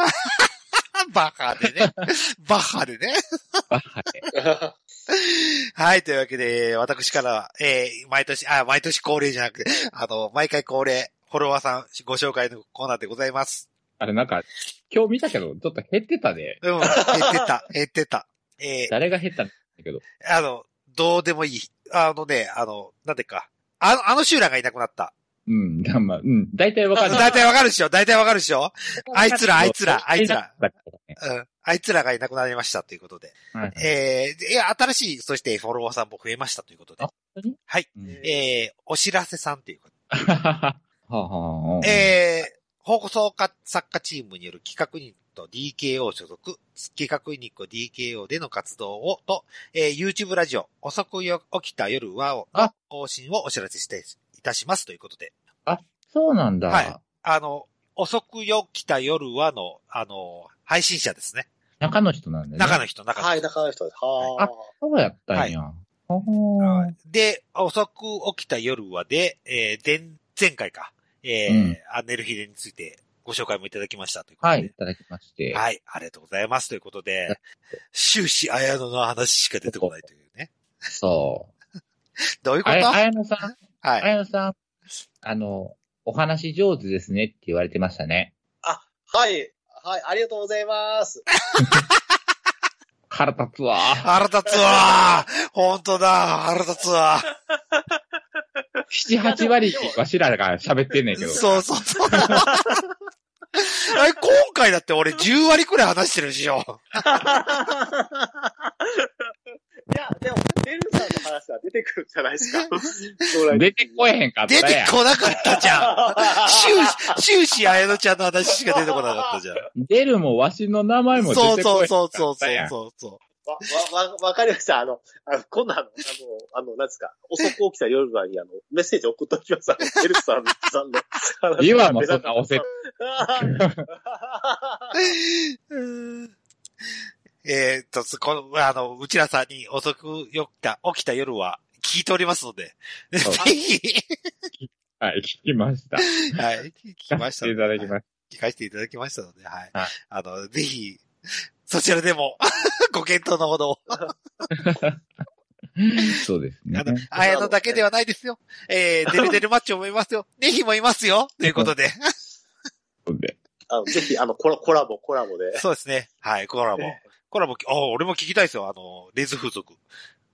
Speaker 1: [laughs] バカでね。バカでね。
Speaker 2: バッハで。
Speaker 1: [laughs] はい、というわけで、私からは、えー毎年、あ、毎年恒例じゃなくて、あの、毎回恒例、フォロワーさんご紹介のコーナーでございます。
Speaker 2: あれなんか、今日見たけど、ちょっと減ってたね。
Speaker 1: うん、減って [laughs] た、減ってた。え
Speaker 2: 誰が減ったんだけど。
Speaker 1: ーあの、どうでもいい。あのね、あの、なんでか。あの、あの集団がいなくなった。
Speaker 2: うん、だまあ、うん、大体わかる。
Speaker 1: 大体わかるでしょ大体わかるでしょあいつらあいつらあいつら
Speaker 2: だからね
Speaker 1: うん。あいつらがいなくなりましたということで。
Speaker 2: はい
Speaker 1: えー、いや、新しい、そしてフォロワーさんも増えましたということで
Speaker 2: あ。本当に
Speaker 1: はい。
Speaker 2: うん
Speaker 1: えー、お知らせさんというか、
Speaker 2: はははははは
Speaker 1: えー、放送家作家チームによる企画ユニット DKO 所属、企画ユニット DKO での活動をと、えー、YouTube ラジオ、遅くよ起きた夜はをの
Speaker 2: あ
Speaker 1: 更新をお知らせしていたしますということで、
Speaker 2: そうなんだ。
Speaker 1: はいあの、遅くよ起きた夜はの、あの、配信者ですね。
Speaker 2: 中の人なんだね。
Speaker 1: 中の人、中の人。
Speaker 3: はい、中の人です。はあ。
Speaker 2: そうやったんや。ほー
Speaker 1: で、遅く起きた夜はで、えー前、前回か、えー
Speaker 2: うん
Speaker 1: アンネルヒデについてご紹介もいただきましたということで。
Speaker 2: はい、いただきまして。
Speaker 1: はい、ありがとうございます。ということで、終始綾野の話しか出てこないというね。
Speaker 2: そう。
Speaker 1: どういうこ
Speaker 2: あ
Speaker 1: と
Speaker 2: れ、
Speaker 1: は
Speaker 2: あやのさん、あ
Speaker 1: い。
Speaker 2: やのさん、あの、お話上手ですねって言われてましたね。
Speaker 3: はい、はい、ありがとうございます。
Speaker 2: 腹立つわ。
Speaker 1: 腹立つわー本当だ腹立つわ
Speaker 2: 七八割わしらが喋ってんねんけど。
Speaker 1: そうそうそう。あれ、今回だって俺10割くらい話してるでしょ。
Speaker 3: いや、でも、ベルさんの話は出てくるんじゃないですか。将来
Speaker 2: 出てこえへんかった
Speaker 1: 出て
Speaker 2: やん。
Speaker 1: こなかったじゃん。
Speaker 3: [laughs]
Speaker 1: 終始、終始、あやのちゃんの話しか出てこなかったじゃん。
Speaker 2: 出るもわしの名前も出てこ
Speaker 1: そう
Speaker 2: えへ
Speaker 1: ん
Speaker 2: か
Speaker 1: そう
Speaker 2: ったやん。
Speaker 1: そうそうそうそうそ
Speaker 3: わ、わ、わわかりました。あの、あの、今度あの、あの、あの、なんですか、遅く起きた夜はにあの、メッセージ送っときます。あの、ベルさんさんの
Speaker 2: [laughs]
Speaker 3: 話。
Speaker 2: 今もそんなおせ、
Speaker 1: ううん。 [laughs] えーっと、そこの、あの、うちらさんに遅く起きた、起きた夜は聞いておりますので、ぜ [laughs]
Speaker 2: そう
Speaker 1: ひ、
Speaker 2: はい、聞きました。聞
Speaker 1: はい、聞きました
Speaker 2: いただきまし
Speaker 1: 聞かせていただきましたので、はい。
Speaker 2: はい
Speaker 1: あの、ぜひ、そちらでも、 [laughs] ご検討のほどを、
Speaker 2: た。そうですね
Speaker 1: あ。の、あやのだけではないですよ。えー、デルデルマッチョもい
Speaker 2: [laughs]
Speaker 1: ますよ。ネヒもいますよ。ということで。
Speaker 2: そうで
Speaker 3: あの、ぜひ、あの、コラコラボ、コラボで。
Speaker 1: そうですね。はい、コラボ
Speaker 3: え。
Speaker 1: コラボ、あ、俺も聞きたいですよ。あの、レズ風俗。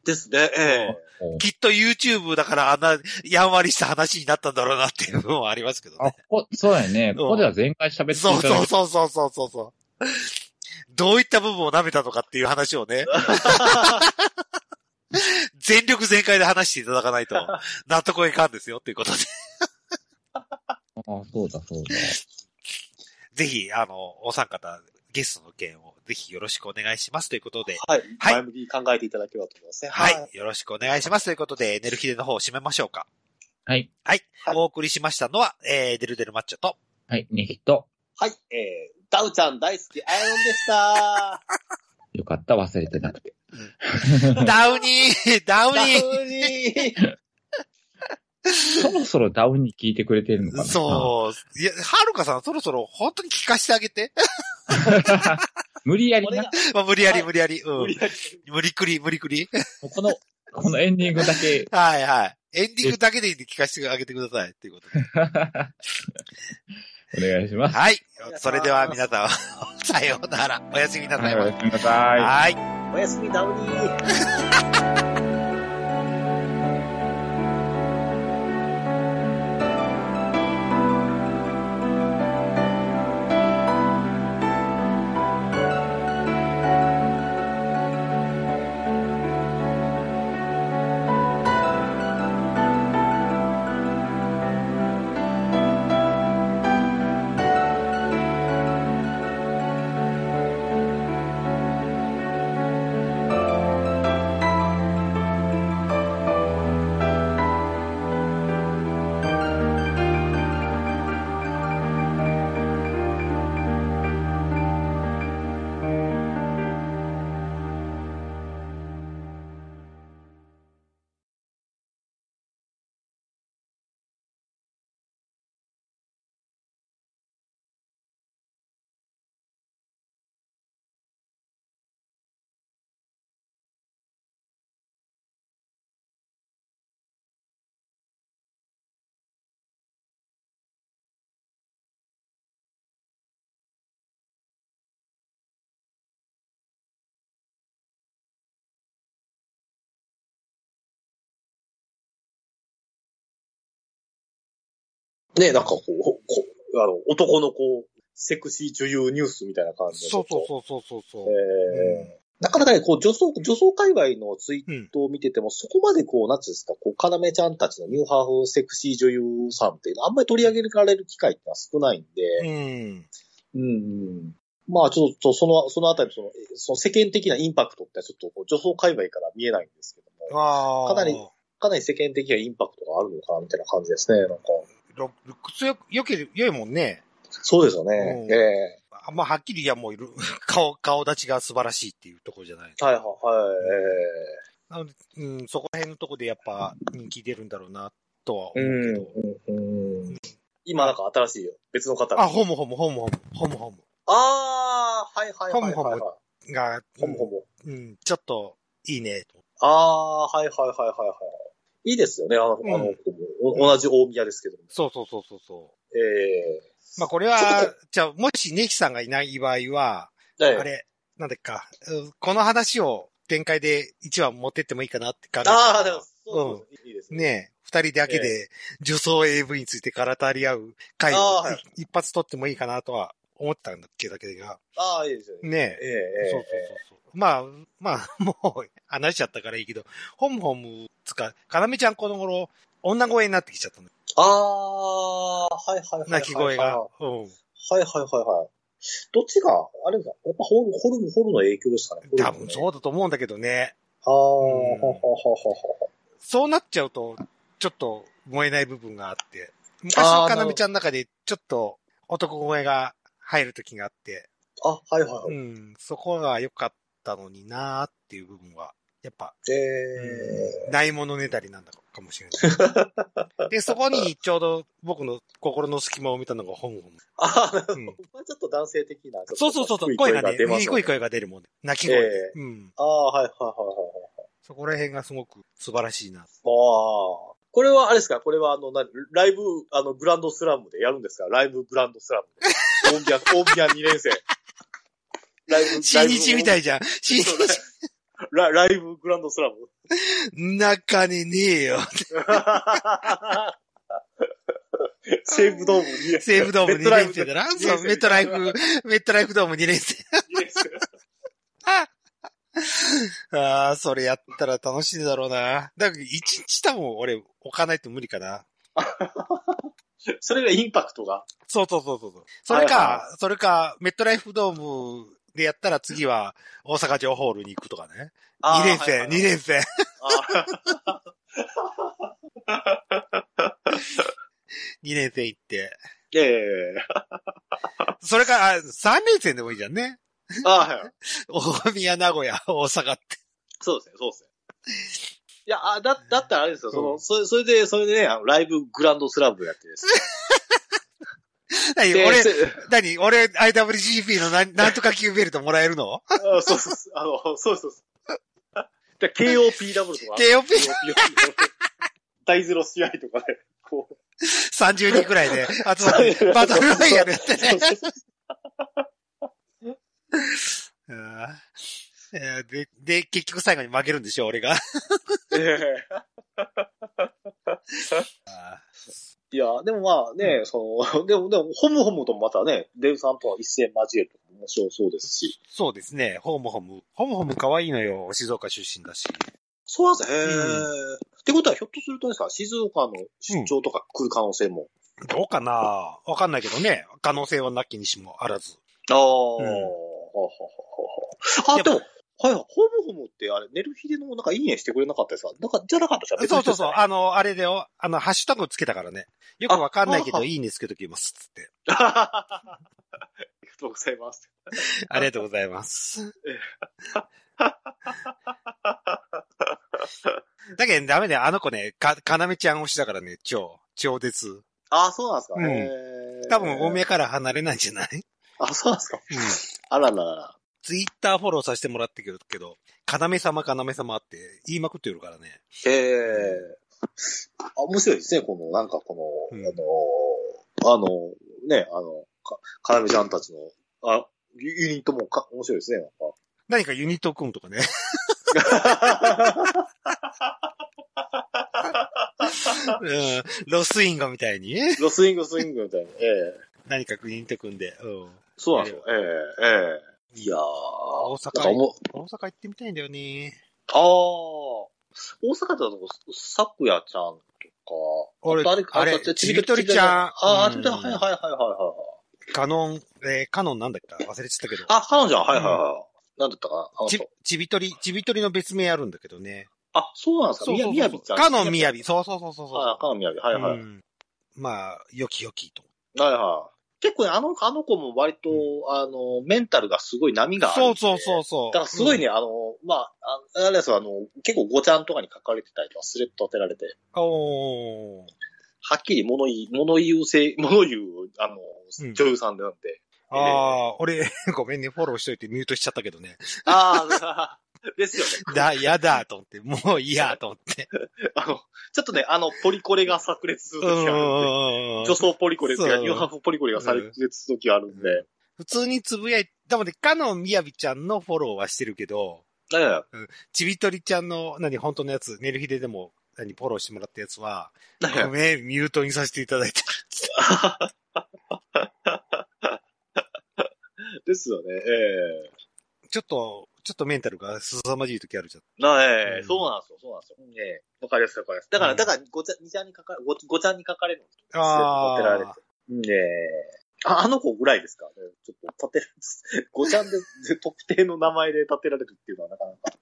Speaker 3: ですね、ええ。
Speaker 2: お
Speaker 1: きっと YouTube だからあんな、やんわりした話になったんだろうなっていうのもありますけど
Speaker 2: あ
Speaker 1: ね。、
Speaker 2: こ、そうやね。ここでは前回喋っていた
Speaker 1: そう
Speaker 2: だ
Speaker 1: そう
Speaker 2: いて
Speaker 1: そうそうそうそうそう。どういった部分を舐めたのかっていう話をね、全力全開で話していただかないと、納得いかんですよっていうことで、
Speaker 2: あ、そうだそうだ。
Speaker 1: ぜひ、あの、お三方、ゲストの件をぜひよろしくお願いしますということで、
Speaker 3: はい。
Speaker 1: はい
Speaker 3: 前向きに考えていただければと思いますね。
Speaker 1: はい、よろしくお願いしますということで、エネルギーの方を締めましょうか。
Speaker 2: はい。
Speaker 1: はい。
Speaker 3: はい
Speaker 1: お送りしましたのは、えー、デルデルマッチョと、
Speaker 2: はい、ネヒと。
Speaker 3: はい。えー、ダウちゃん大好き、アイロンでした。
Speaker 2: よかった、忘れてなくて。
Speaker 1: ダウニーダウニ
Speaker 3: ダ
Speaker 1: ー
Speaker 3: ウニー。
Speaker 2: そろそろダウンに聞いてくれてるのかな
Speaker 1: そう。いや、はるかさん、そろそろ本当に聞かせてあげて。 [laughs]
Speaker 2: う。無理やり
Speaker 3: 俺
Speaker 2: な
Speaker 3: が。、
Speaker 1: まあ、無理やり、
Speaker 3: はい
Speaker 1: 無理やり。う
Speaker 3: 無
Speaker 1: ん
Speaker 3: 理。やり。
Speaker 1: 無理くり、無理くり。。
Speaker 2: この、このエンディングだけ
Speaker 1: はいはい。エンディングだけでいいんで聞かせてあげてください。っていうことで。
Speaker 2: お願いします。
Speaker 1: はい。それでは皆さん、 [laughs] さようなら。おやすみなさいま
Speaker 2: お
Speaker 1: せ。
Speaker 2: やすみなさい。
Speaker 1: はい。
Speaker 3: おやすみ、ダウニー。ね、なんかこう、こうあの、男のこう、セクシー女優ニュースみたいな感じで。
Speaker 1: そうそうそうそうそうそう。
Speaker 3: えーなかなかね、こう、女装、女装界隈のツイ
Speaker 1: う
Speaker 3: ー
Speaker 1: ん。
Speaker 3: トを見てても、そこまでこう、なんつうんですか、こう、カナメちゃんたちのニューハーフセクシー女優さんっていうのは、あんまり取り上げられる機会ってのは少ないん
Speaker 1: う
Speaker 3: で、
Speaker 1: ん。
Speaker 3: うん、うん。まあ、ちょっと、その、そのあたり、その、その世間的なインパクトってちょっとこう、女装界隈から見えないんですけども、
Speaker 1: ああ。
Speaker 3: かなりかなり世間的なインパクトがあるのかな、みたいな感じですね、なんか。
Speaker 1: ロルックスよ、よけ、良いもんね。
Speaker 3: そうですよね。
Speaker 1: うん
Speaker 3: ええ
Speaker 1: あんまはっきり、いや、もういる、 [laughs] 顔、顔立ちが素晴らしいっていうところじゃない。
Speaker 3: はいはいはい、ええ
Speaker 1: なので、うん、そこら辺のとこでやっぱ人気出るんだろうな、とは思
Speaker 3: うん
Speaker 1: うけど。
Speaker 3: うんうん今なんか新しいよ。別の方が。
Speaker 1: あ、ホムホム、ホムホム、ホムホ
Speaker 3: あー、はいはいはいはい、はい。
Speaker 1: ほんもほんムが、
Speaker 3: ほんもほんも
Speaker 1: うん、ちょっと、いいね。
Speaker 3: あー、はいはいはいはいはい。いいですよね。あの、
Speaker 1: うん
Speaker 3: あの、ここもお同じ大宮ですけども。
Speaker 1: そうそうそうそうそ
Speaker 3: ええ
Speaker 1: まあこれは、じゃあもしネキさんがいない場合は、
Speaker 3: あ
Speaker 1: あれ、なんだっけか、うんこの話を展開で1話持ってってもいいかなって感じ。
Speaker 3: ああ、でも、そうそういいですね。
Speaker 1: ねえ、二人だけで、女装 AV についてからたり合う回を
Speaker 3: あーはい
Speaker 1: い一発撮ってもいいかなとは思ったんだっけだけど、
Speaker 3: ああ、いいですよね。
Speaker 1: ね
Speaker 3: ええ
Speaker 1: え。
Speaker 3: ええ
Speaker 1: そうそうそうそう。まあ、まあ、もう、話しちゃったからいいけど、ホムホムつか、かなめちゃんこの頃、女声になってきちゃったの。
Speaker 3: ああ、はいはいはいはい。
Speaker 1: 泣き声
Speaker 3: はい
Speaker 1: が。うん。
Speaker 3: はいはいはい。どっちが、あれですかやっぱホルホルム、ホルムの影響ですかね。
Speaker 1: 多分
Speaker 3: う。
Speaker 1: そうだと思うんだけどね。
Speaker 3: ああ、
Speaker 1: ん
Speaker 3: ははははは。
Speaker 1: そうなっちゃうと、ちょっと燃えない部分があって、昔のかなめちゃんの中で、ちょっと男声が入る時があって、
Speaker 3: あ、はいはいは
Speaker 1: う
Speaker 3: い。
Speaker 1: ん、そこが良かったのになーっていう部分は、やっぱ、
Speaker 3: え
Speaker 1: うんないものねだりなんだかもしれ
Speaker 3: [laughs]
Speaker 1: ない。で、そこにちょうど僕の心の隙間を見たのが本語
Speaker 3: ー。ああ、
Speaker 1: の。うん、
Speaker 3: まあちょっと男性的な。
Speaker 1: そうそうそうそう、
Speaker 3: 低い
Speaker 1: 声がね、
Speaker 3: 出ます
Speaker 1: 低い声が出るもんね。泣き声で、
Speaker 3: え
Speaker 1: うん。
Speaker 3: ああ、はいはいはいはい。
Speaker 1: そこら辺がすごく素晴らしい
Speaker 3: [laughs]
Speaker 1: な。
Speaker 3: ああ。これは、あれですかこれは、あの、な、ライブ、あの、グランドスラムでやるんですかライブグランドスラムで。大宮、
Speaker 1: [laughs]
Speaker 3: 大宮2年生。ライブ、
Speaker 1: 新日みた
Speaker 3: い。
Speaker 1: いじゃん。新日
Speaker 3: そうねラライブグランドスラ
Speaker 1: [laughs]
Speaker 3: ム。
Speaker 1: 中にねえ
Speaker 3: [laughs]
Speaker 1: よ。
Speaker 3: 西武ドーム2年
Speaker 1: 西武ドーム2連戦だな。
Speaker 3: メットライフ
Speaker 1: そう、メットライフ、メットライフドーム2連戦。 [laughs]
Speaker 3: 生。
Speaker 1: ああ、それやったら楽しいだろうな。だから1日多分俺置かないと無理かな。
Speaker 3: それがインパクトが。
Speaker 1: そうそうそうそうそう。それか、
Speaker 3: はいは
Speaker 1: それか、メットライフドームでやったら次は大阪城ホールに行くとかね。2連
Speaker 3: はい
Speaker 1: 戦、
Speaker 3: はい
Speaker 1: 2連戦。2連戦行って。
Speaker 3: いやいやいやいや
Speaker 1: それから、3連戦でもいいじゃんね。
Speaker 3: あーはい
Speaker 1: 大宮、名古屋、大阪って。
Speaker 3: そうですね、そうですね。いや、あだ、だったらあれですよ、その、
Speaker 1: うん
Speaker 3: それ、それで、それでね、あのライブグランドスラムやってですね。
Speaker 1: 何
Speaker 3: で [laughs]
Speaker 1: 俺、
Speaker 3: せ
Speaker 1: 何俺、IWGP のなんなんとか級ベルトもらえるの
Speaker 3: あそうそうそう。あの、そうそうそう。で KOPW とか。
Speaker 1: KOPW
Speaker 3: 大ゼロ試合とかで、
Speaker 1: [laughs]
Speaker 3: こう。
Speaker 1: ?30 人くらいで集まって、バトルロイヤルやってね。
Speaker 3: そうそうそう
Speaker 1: あーえーで、で、結局最後に負けるんでしょ、俺が。
Speaker 3: え
Speaker 1: あ
Speaker 3: えいや、でもまあね、その、でも、でも、ホムホムともまたね、デブさんとは一戦交えるとかも面白そうですし。
Speaker 1: ーそうですね、ホームホーム。ホームホーム可愛いのよ、静岡出身だし。
Speaker 3: そうなんですね。へえ、
Speaker 1: う
Speaker 3: ってことは、ひょっとするとですか、静岡の出張とか来る可能性も。
Speaker 1: どうかなわかんないけどね。可能性はなきにしもあらず。
Speaker 3: ああ、
Speaker 1: うん
Speaker 3: ははははあ、でも、はいはい、ホムホムってあれ、寝る日でのなんかいいねしてくれなかったですかなんか、じゃなかったじゃん。
Speaker 1: そうそうそう。
Speaker 3: あ
Speaker 1: あの、あれだよ。あの、ハッシュタグつけたからね。よくわかんないけど、
Speaker 3: ああ
Speaker 1: いいねつけときます。つって。
Speaker 3: りがとうございます。
Speaker 1: ありがとうございます。 [laughs] だけどダメだよ。あの子ね、か、かなめちゃん推しだからね、超、超絶。
Speaker 3: ああ、そうなんですか
Speaker 1: うん
Speaker 3: ね。へー
Speaker 1: 多分、大宮から離れないんじゃない、
Speaker 3: あ、そうなんですか。
Speaker 1: うん
Speaker 3: あららら。
Speaker 1: ツイッターフォローさせてもらってるけど、かなめ様かなめ様って言いまくってるからね。
Speaker 3: へえ。あ、面白いですね、この、なんかこの、
Speaker 1: うん
Speaker 3: あの、あの、ね、あの、か、かなめちゃんたちの、あ、ユユニットもか、面白いですね、なんか。
Speaker 1: 何かユニットを組むと
Speaker 3: [laughs]
Speaker 1: かね。うん。ロスインゴみたいに。
Speaker 3: ロスイングスイングみたいな。ええ
Speaker 1: 何かユニット組んで。うん。
Speaker 3: そうなんですよ。ええええいやー。
Speaker 1: 大阪
Speaker 3: なんかおも
Speaker 1: 大阪行ってみたいんだよね。
Speaker 3: ああ。大阪だと、さくやちゃんとか。
Speaker 1: 俺
Speaker 3: あと
Speaker 1: あれちびとりちゃん
Speaker 3: ああ、ち
Speaker 1: うん
Speaker 3: びとりちゃん。はいはいはいはいはい。カ
Speaker 1: カノン、えーカノンなんだっけか忘れてたけど。
Speaker 3: あ、カノンちゃん。はいはいはい。なんだったかなあの
Speaker 1: ち、ちびとり、ちびとりの別名あるんだけどね。
Speaker 3: あ、そうなんですか
Speaker 1: そう
Speaker 3: みや
Speaker 1: そう
Speaker 3: み
Speaker 1: そ
Speaker 3: や
Speaker 1: う
Speaker 3: びちゃん。
Speaker 1: カノンみや
Speaker 3: び。
Speaker 1: び。そうそうそうそうそう。
Speaker 3: はい、カノンみやび。はいはい。
Speaker 1: うんまあ、よきよきと。
Speaker 3: はいはい。結構ね、あの、あの子も割と、あの、メンタルがすごい波があるんで。
Speaker 1: そうそうそうそう。
Speaker 3: だからすごいね、あの、まあ、ああれですよあの、結構ごちゃんとかに書かれてたりとか、スレッド当てられて、
Speaker 1: うん。おー。
Speaker 3: はっきり物言い、物言うせい、物言う、あの
Speaker 1: うん、
Speaker 3: 女優さんでなんで。
Speaker 1: [laughs] ああ、俺、ごめんね、フォローしといてミュートしちゃったけどね。
Speaker 3: ああ、 [laughs] ですよ
Speaker 1: [laughs]
Speaker 3: ね。
Speaker 1: だ、やだ、と思って。もういいや、と思
Speaker 3: [laughs]
Speaker 1: って。
Speaker 3: あの、ちょっとね、あの、ポリコレが炸裂する
Speaker 1: う
Speaker 3: 時があるんで、
Speaker 1: ん
Speaker 3: 女装ポリコレっていうか、
Speaker 1: そう
Speaker 3: ニューハーフポリコレが炸裂する時があるんで、
Speaker 1: う普通につぶやい、でもね、かのみやびちゃんのフォローはしてるけど、
Speaker 3: だから
Speaker 1: ちびとりちゃんの、何、本当のやつ、寝る日ででも、何、フォローしてもらったやつは、
Speaker 3: だから
Speaker 1: ごめん、ミュートにさせて [laughs] いただいた。
Speaker 3: ですよね、ええ
Speaker 1: ちょっと、ちょっとメンタルが凄まじい時あるじゃん。
Speaker 3: なええ
Speaker 1: うん
Speaker 3: そうなんですよ、そうなんですよ。ええわかりやすい、わかりやすい。だから、
Speaker 1: うん
Speaker 3: だから、ごちゃ、にちゃんにかか、ご、ごちゃんにかかれるんですよ
Speaker 1: あー
Speaker 3: 立てられて。ねえ。あ、あの子ぐらいですかねちょっと立てる、ごちゃんで、特定の名前で立てられるっていうのはなかなか。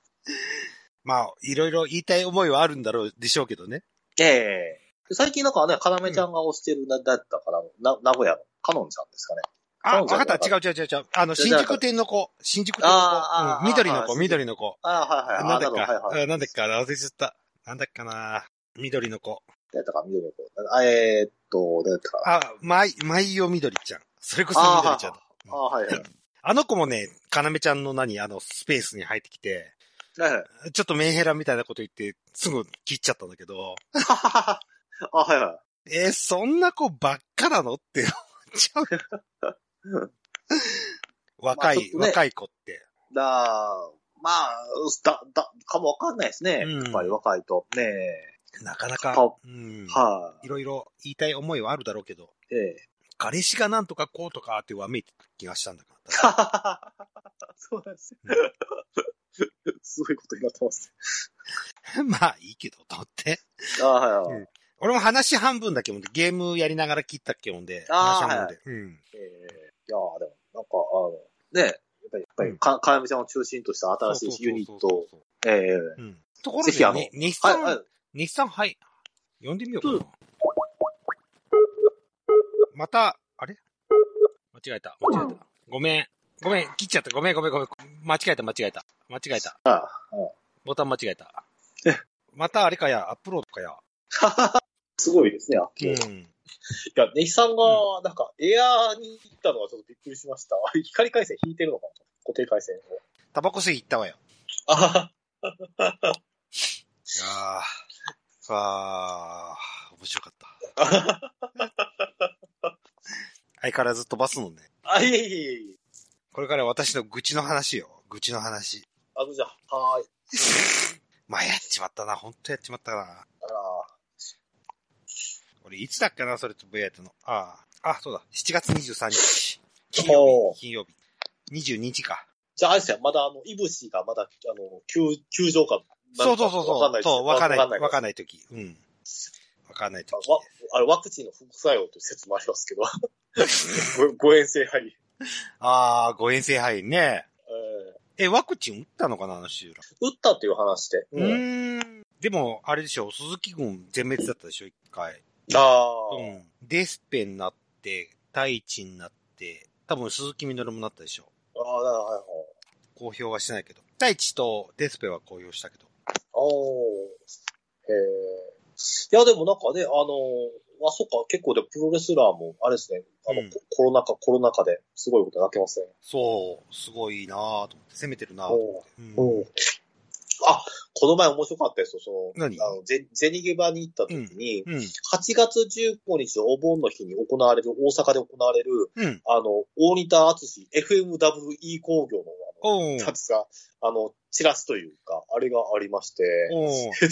Speaker 1: まあ、いろいろ言いたい思いはあるんだろうでしょうけどね。
Speaker 3: ええ最近なんかね、かなめちゃんが推してるな、だったから、な、名古屋の、かのんさんですかね。
Speaker 1: あ、
Speaker 3: そう
Speaker 1: わ
Speaker 3: じゃん
Speaker 1: かった。違う違う違う違う。あの、
Speaker 3: じ
Speaker 1: 新
Speaker 3: ゃあ
Speaker 1: 宿店の子。新宿店の
Speaker 3: あーあー
Speaker 1: 子。
Speaker 3: あ
Speaker 1: う
Speaker 3: ー
Speaker 1: ん緑の
Speaker 3: あー
Speaker 1: 子、緑の子。
Speaker 3: ああ、はいはい。
Speaker 1: なんだ
Speaker 3: あ
Speaker 1: っ
Speaker 3: なるほど
Speaker 1: か
Speaker 3: はい、はい。
Speaker 1: うんなんだっけか、忘れちゃった。なんだっけかな。緑の子。
Speaker 3: 誰だったか、緑の子。あえーっと、誰だったか。
Speaker 1: あ、まい、まいよみどりちゃん。それこそみどりちゃんだ。
Speaker 3: ああ、はいはい。
Speaker 1: あの子もね、かなめちゃんの何、あの、スペースに入ってきて、
Speaker 3: はいはい。 [laughs]
Speaker 1: ちょっとメンヘラみたいなこと言って、すぐ切っちゃったんだけど、
Speaker 3: あ、はいはい。
Speaker 1: えーそんな子ばっかなのって思っちゃう。
Speaker 3: [laughs]
Speaker 1: 若い、
Speaker 3: まあちょっとね
Speaker 1: 若い子って。
Speaker 3: だ、まあ、だ、だ、かもわかんないですね。
Speaker 1: うん
Speaker 3: やっぱり若いと。ねえ。
Speaker 1: なかなか
Speaker 3: は、
Speaker 1: うん。
Speaker 3: はい
Speaker 1: ろいろ言いたい思いはあるだろうけど、
Speaker 3: い。ええ。 [laughs]
Speaker 1: 彼氏がなんとかこうとかってわめいてた気がしたんだから。
Speaker 3: そうなんですよ。 [laughs] すごいことになってます。
Speaker 1: [laughs] まあいいけど、と思って。
Speaker 3: あはいはい。
Speaker 1: うん俺も話半分だけもんで、ゲームやりながら切ったっけもんで、
Speaker 3: あー
Speaker 1: 話半分で。うん。
Speaker 3: ええいやーでも、なんか、あの、ねえ、やっぱり、やっぱりか、かやみさんを中心とした新しいユニットを、
Speaker 1: そうそうそう
Speaker 3: ええ
Speaker 1: そううん。ところ
Speaker 3: ぜひあ
Speaker 1: で、
Speaker 3: の
Speaker 1: に日
Speaker 3: はい、は
Speaker 1: 産
Speaker 3: い、。
Speaker 1: 日産、はい。呼んでみよう
Speaker 3: う
Speaker 1: かな。また、あれ間違えた、間違えた。ごめん。ごめん、切っちゃった。ごめん、ごめん、ごめん。間違えた、間違えた。間違えた。
Speaker 3: ああ、
Speaker 1: ボタン間違えた
Speaker 3: え。
Speaker 1: またあれかや、アップロードかや。
Speaker 3: すごいですね、あ
Speaker 1: う
Speaker 3: い
Speaker 1: ん。
Speaker 3: や、ネヒさんが、なんか、エアーに行ったのはちょっとびっくりしました。光回線引いてるのかな固定回線を。
Speaker 1: タバコ吸い行ったわよ。
Speaker 3: あ
Speaker 1: いやー。あー、面白かった。相変わらず飛ばすのね。
Speaker 3: あ、いえいえいえ。
Speaker 1: これから私の愚痴の話よ。愚痴の話。
Speaker 3: あの、じゃあ、はーい。
Speaker 1: まあ、やっちまったな。ほんとやっちまったな。
Speaker 3: あら、
Speaker 1: 俺、いつだっけな、それつぶやいたの。ああ。あ、そうだ。7月23日。金
Speaker 3: お
Speaker 1: 曜
Speaker 3: ー
Speaker 1: 日。金曜日。22時か。
Speaker 3: じゃあ、あれですよ、まだ、あの、イブシがまだ、あの、球、球場か。
Speaker 1: そうそうそう
Speaker 3: わかん
Speaker 1: そ。
Speaker 3: ないうですね
Speaker 1: そう、わかんない。
Speaker 3: わかんない
Speaker 1: わかんない時。うん。わかんない時。
Speaker 3: わあれ、ワクチンの副作用という説もありますけど。 [laughs] ご、ご遠征はい。え
Speaker 1: ああ、誤嚥性肺炎ね。
Speaker 3: ー
Speaker 1: え、ワクチン打ったのかな、あのシューラ。
Speaker 3: 打ったという話で。
Speaker 1: う。ーん。でも、あれでしょ、鈴木軍全滅だったでしょ、一回。
Speaker 3: ああ、
Speaker 1: うん。デスペになって、太一になって、多分鈴木みのるもなったでしょ。
Speaker 3: ああ、なるほど。
Speaker 1: 公表はしてないけど。太一とデスペは公表したけど。
Speaker 3: おー。へえ。いや、でもなんかね、あのー、あ、そっか、結構で、プロレスラーも、あれですね、あの、
Speaker 1: うん
Speaker 3: ココロナ禍、コロナ禍ですごいことになってますね。
Speaker 1: そう、すごいなぁと思って、攻めてるなぁと思
Speaker 3: お
Speaker 1: って。うん
Speaker 3: うん。あ、この前面白かったですよ、その、
Speaker 1: 何
Speaker 3: あのゼゼニゲバに行った時に、
Speaker 1: うん。
Speaker 3: 8月15日のお盆の日に行われる、大阪で行われる、
Speaker 1: うん。
Speaker 3: あの、大仁田厚 FMWE 工業の、あの、
Speaker 1: おう
Speaker 3: やつが、あの、チラシというか、あれがありまして、
Speaker 1: おう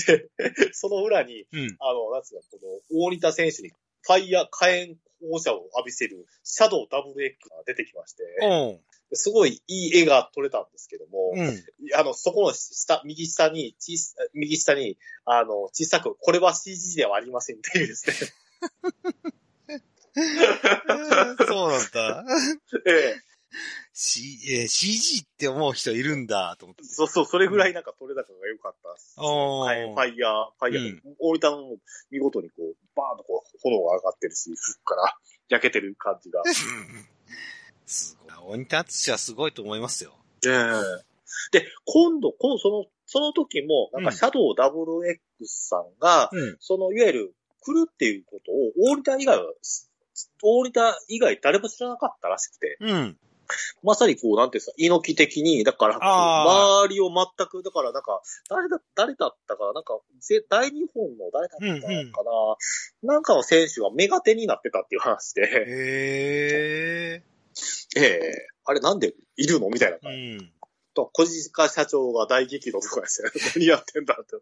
Speaker 3: で、その裏に、
Speaker 1: うん。
Speaker 3: あの、なんつうの、この、大仁田選手に、ファイヤー火炎放射を浴びせる、シャドウダブルエッグが出てきまして、
Speaker 1: おう
Speaker 3: すごいいい絵が撮れたんですけども、
Speaker 1: うん。
Speaker 3: あの、そこの下、右下に、小さ右下に、あの、小さく、これは CG ではありませんっていうですね。
Speaker 1: そうなんだ。 [laughs]
Speaker 3: [laughs] ええ
Speaker 1: C えー CG って思う人いるんだ、と思って。
Speaker 3: そうそう、それぐらいなんか撮れ高が良かったっす。
Speaker 1: お
Speaker 3: はい、フ
Speaker 1: ー
Speaker 3: ァイヤー、ファイヤーで、大分も見事にこう、バーンとこう、炎が上がって
Speaker 1: [laughs]
Speaker 3: るし、服から焼けてる感じが。
Speaker 1: すごい。鬼田敦はすごいと思いますよ。
Speaker 3: で、今度、今その、その時も、なんか、
Speaker 1: うん
Speaker 3: シャドウ WX さんが、
Speaker 1: うん。
Speaker 3: その、いわゆる、来るっていうことを、大分以外は、大分以外誰も知らなかったらしくて、
Speaker 1: うん。
Speaker 3: まさにこう、なんていうんですか、猪木的に、だから、
Speaker 1: あ
Speaker 3: 周りを全く、だから、なんか、誰だ、誰だったかな、なんか、ぜ大日本の誰だったかな、なんかの選手がメガテになってたっていう話で、
Speaker 1: へ
Speaker 3: ええあれなんでいるのみたいな。
Speaker 1: えー。うん。
Speaker 3: と、小鹿社長が大激怒とかして、 [laughs] 何やってんだって。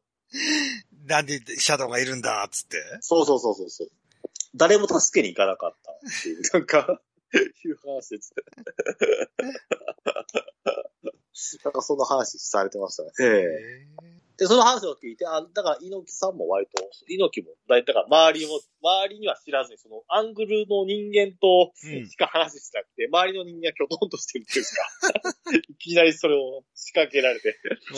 Speaker 1: なんでシャドウがいるんだ、つって。
Speaker 3: そうそうそうそうそう。誰も助けに行かなかったっていう、なんか、 [laughs] いう話です。 [laughs] なんかその話されてましたね。ええで、その話を聞いて、あ、だから猪木さんも割と、猪木も、だいだから周りも、周りには知らずに、そのアングルの人間と
Speaker 1: うん
Speaker 3: しか話してなくて、周りの人間はきょとんとしてるっていうか、 [laughs] いきなりそれを仕掛けられて。
Speaker 1: お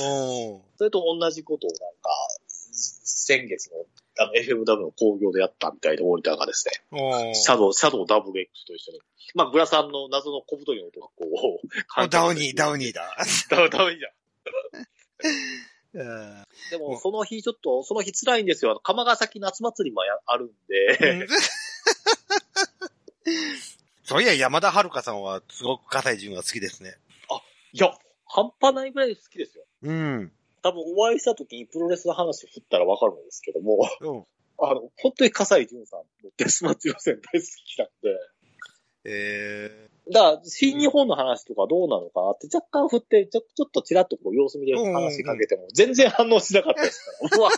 Speaker 1: ー
Speaker 3: それと同じことをなんか、先月のあの FMW の興行でやったみたいで、大分がですね、
Speaker 1: お
Speaker 3: シャドウ、シャドウ WX と一緒に、まあ、グラさんの謎の小太りの音がこ
Speaker 1: お
Speaker 3: う、
Speaker 1: ダウニー、ダ
Speaker 3: ウ
Speaker 1: ウニーだ。
Speaker 3: ニー。ダウダウニーじゃん。
Speaker 1: [laughs] うん
Speaker 3: でも、その日ちょっと、その日辛いんですよ。あの、鎌ヶ崎夏祭りもやあるんで、
Speaker 1: そういや、山田遥さんはすごく葛西潤が好きですね。
Speaker 3: いや、半端ないぐらい好きですよ。
Speaker 1: うん。
Speaker 3: 多分お会いした時にプロレスの話を振ったらわかるんですけども、
Speaker 1: うん。
Speaker 3: あの、本当に笠井淳さんのデスマッチ予選大好きなんで、
Speaker 1: え
Speaker 3: だから、新日本の話とかどうなのかなって若干振って、ちょちょっとちらっとこう様子見で話しかけても、全然反応しなかったですから。うわ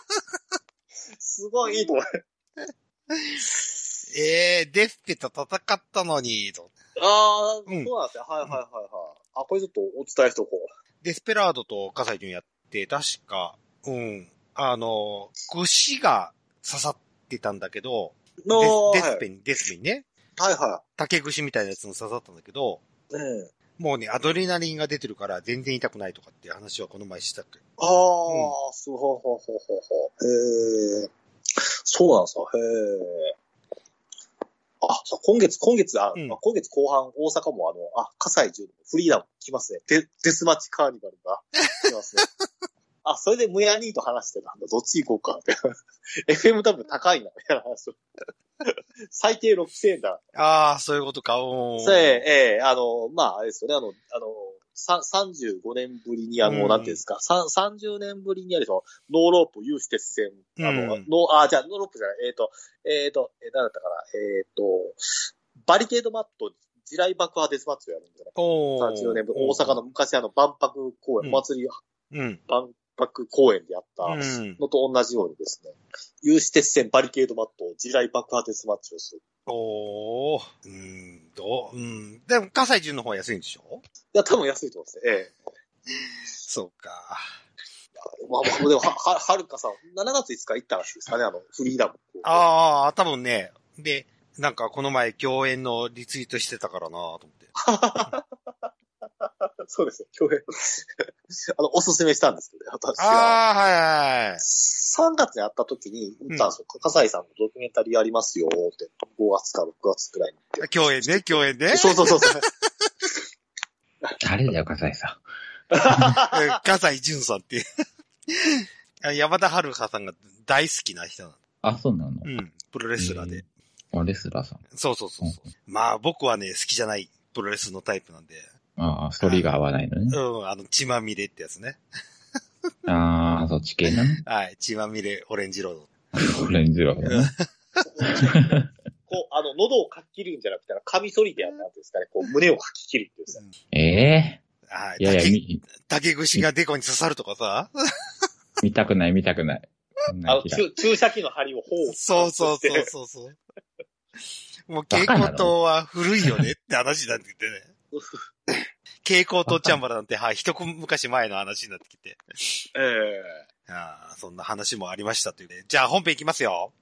Speaker 3: [laughs] すごいいいと思う。
Speaker 1: ー、えー、デスペと戦ったのに、と。
Speaker 3: ああ、そう
Speaker 1: う
Speaker 3: なん
Speaker 1: ん
Speaker 3: ですね。はいはいはいはい。あ、これちょっとお伝えしとこう。
Speaker 1: デスペラードと葛西潤やって、確か、うん。あの、串が刺さってたんだけど、デ
Speaker 3: の
Speaker 1: スデスペに、デスペにね、
Speaker 3: はいは
Speaker 1: 竹串みたいなやつも刺さったんだけど、
Speaker 3: い。うん。
Speaker 1: もうね、アドレナリンが出てるから全然痛くないとかっていう話はこの前したっけ
Speaker 3: ああ、そうほうほうほうほうほう。へえ。そうなんですよ。へえ。あ、そう今月、今月、あ、
Speaker 1: うん
Speaker 3: まあ今月後半、大阪もあの、あ、葛西中フリーダム来ますね。デデスマッチカーニバルが来ますね。 [laughs] あ、それでムヤ兄と話してたんだ。どっち行こうかって。FMW 高いな、みたいな話を。 [laughs] 最低6000円だ。
Speaker 1: ああ、そういうことか、おー
Speaker 3: そうええ、あの、まあ、あれですよね、あの、あの、さ35年ぶりに、あの、
Speaker 1: うん
Speaker 3: なんていうんですか、さ30年ぶりにあれでしょ、ノーロープ有志鉄線、あの、
Speaker 1: うん
Speaker 3: ノー、あ、じゃあノーロープじゃない、えっ、と、えっ、と、えー、何だったかな、えっ、と、バリケードマット、地雷爆破デスマッチをやるんじゃない
Speaker 1: おー
Speaker 3: 30年ぶり、大阪の。昔あの、万博公演、
Speaker 1: うん
Speaker 3: お祭り、
Speaker 1: うん。
Speaker 3: 万博公園でやった
Speaker 1: うん
Speaker 3: のと同じようにですね、有志鉄線バリケードマット、地雷爆破デスマッチをする。
Speaker 1: おー、うーん、どう、うん。でも、葛西潤の方は安いんでしょ
Speaker 3: いや、多分安いと思うんですね。ええ
Speaker 1: そうか。
Speaker 3: まあまあ、でも、は、ははるかさん、7月5日行ったらしいですかね、あの、フリーダム。
Speaker 1: ああ、多分ね。で、なんかこの前共演のリツイートしてたからなと思って。
Speaker 3: そうですよ、共演。 [laughs] あの、おすすめしたんですけど、私は。
Speaker 1: ああ、はいはいはい。
Speaker 3: 3月に会った時に、打ったんですよ、笠井さんのドキュメンタリーありますよ、って、5月か6月くらいに言って。
Speaker 1: 共演ね、共演 [laughs] ね。
Speaker 3: そうそうそうそう。
Speaker 2: 誰だよ、笠井さ
Speaker 1: うん葛西潤さんっていう。 [laughs] あ山田遥さんが大好きな人なの。
Speaker 2: ん。あ、そうなの
Speaker 1: うん。プロレスラーで。
Speaker 2: あ、レスラーさん。
Speaker 1: そうそうそうそう。まあ僕はね、好きじゃないプロレスのタイプなんで。
Speaker 2: ああ、ストーリーが合わないのね。
Speaker 1: うん、あの、血まみれってやつね。
Speaker 2: ああ、そっち系なの
Speaker 1: はい。血まみれオレンジロード。
Speaker 2: オレンジ色のね。
Speaker 3: こう、あの、喉をかき切るんじゃなくて、あのカミソリでやったんですかね、こう、胸をかき切るっていうですね。
Speaker 2: え
Speaker 1: はい。
Speaker 2: えいやいや、
Speaker 1: 竹
Speaker 2: み
Speaker 1: 竹串がデコに刺さるとかさ。
Speaker 2: 見たくない、見たくない。そんな
Speaker 3: あの、
Speaker 2: 日が
Speaker 3: 注注射器の針を頬を。
Speaker 1: そうそうそうそうそう。もう蛍光灯は古いよねって話になってきてね。蛍光灯チャンバラなんて、はい、一昔前の話になってきて。
Speaker 3: [laughs] ええ
Speaker 1: ああ、そんな話もありましたというね。じゃあ本編いきますよ。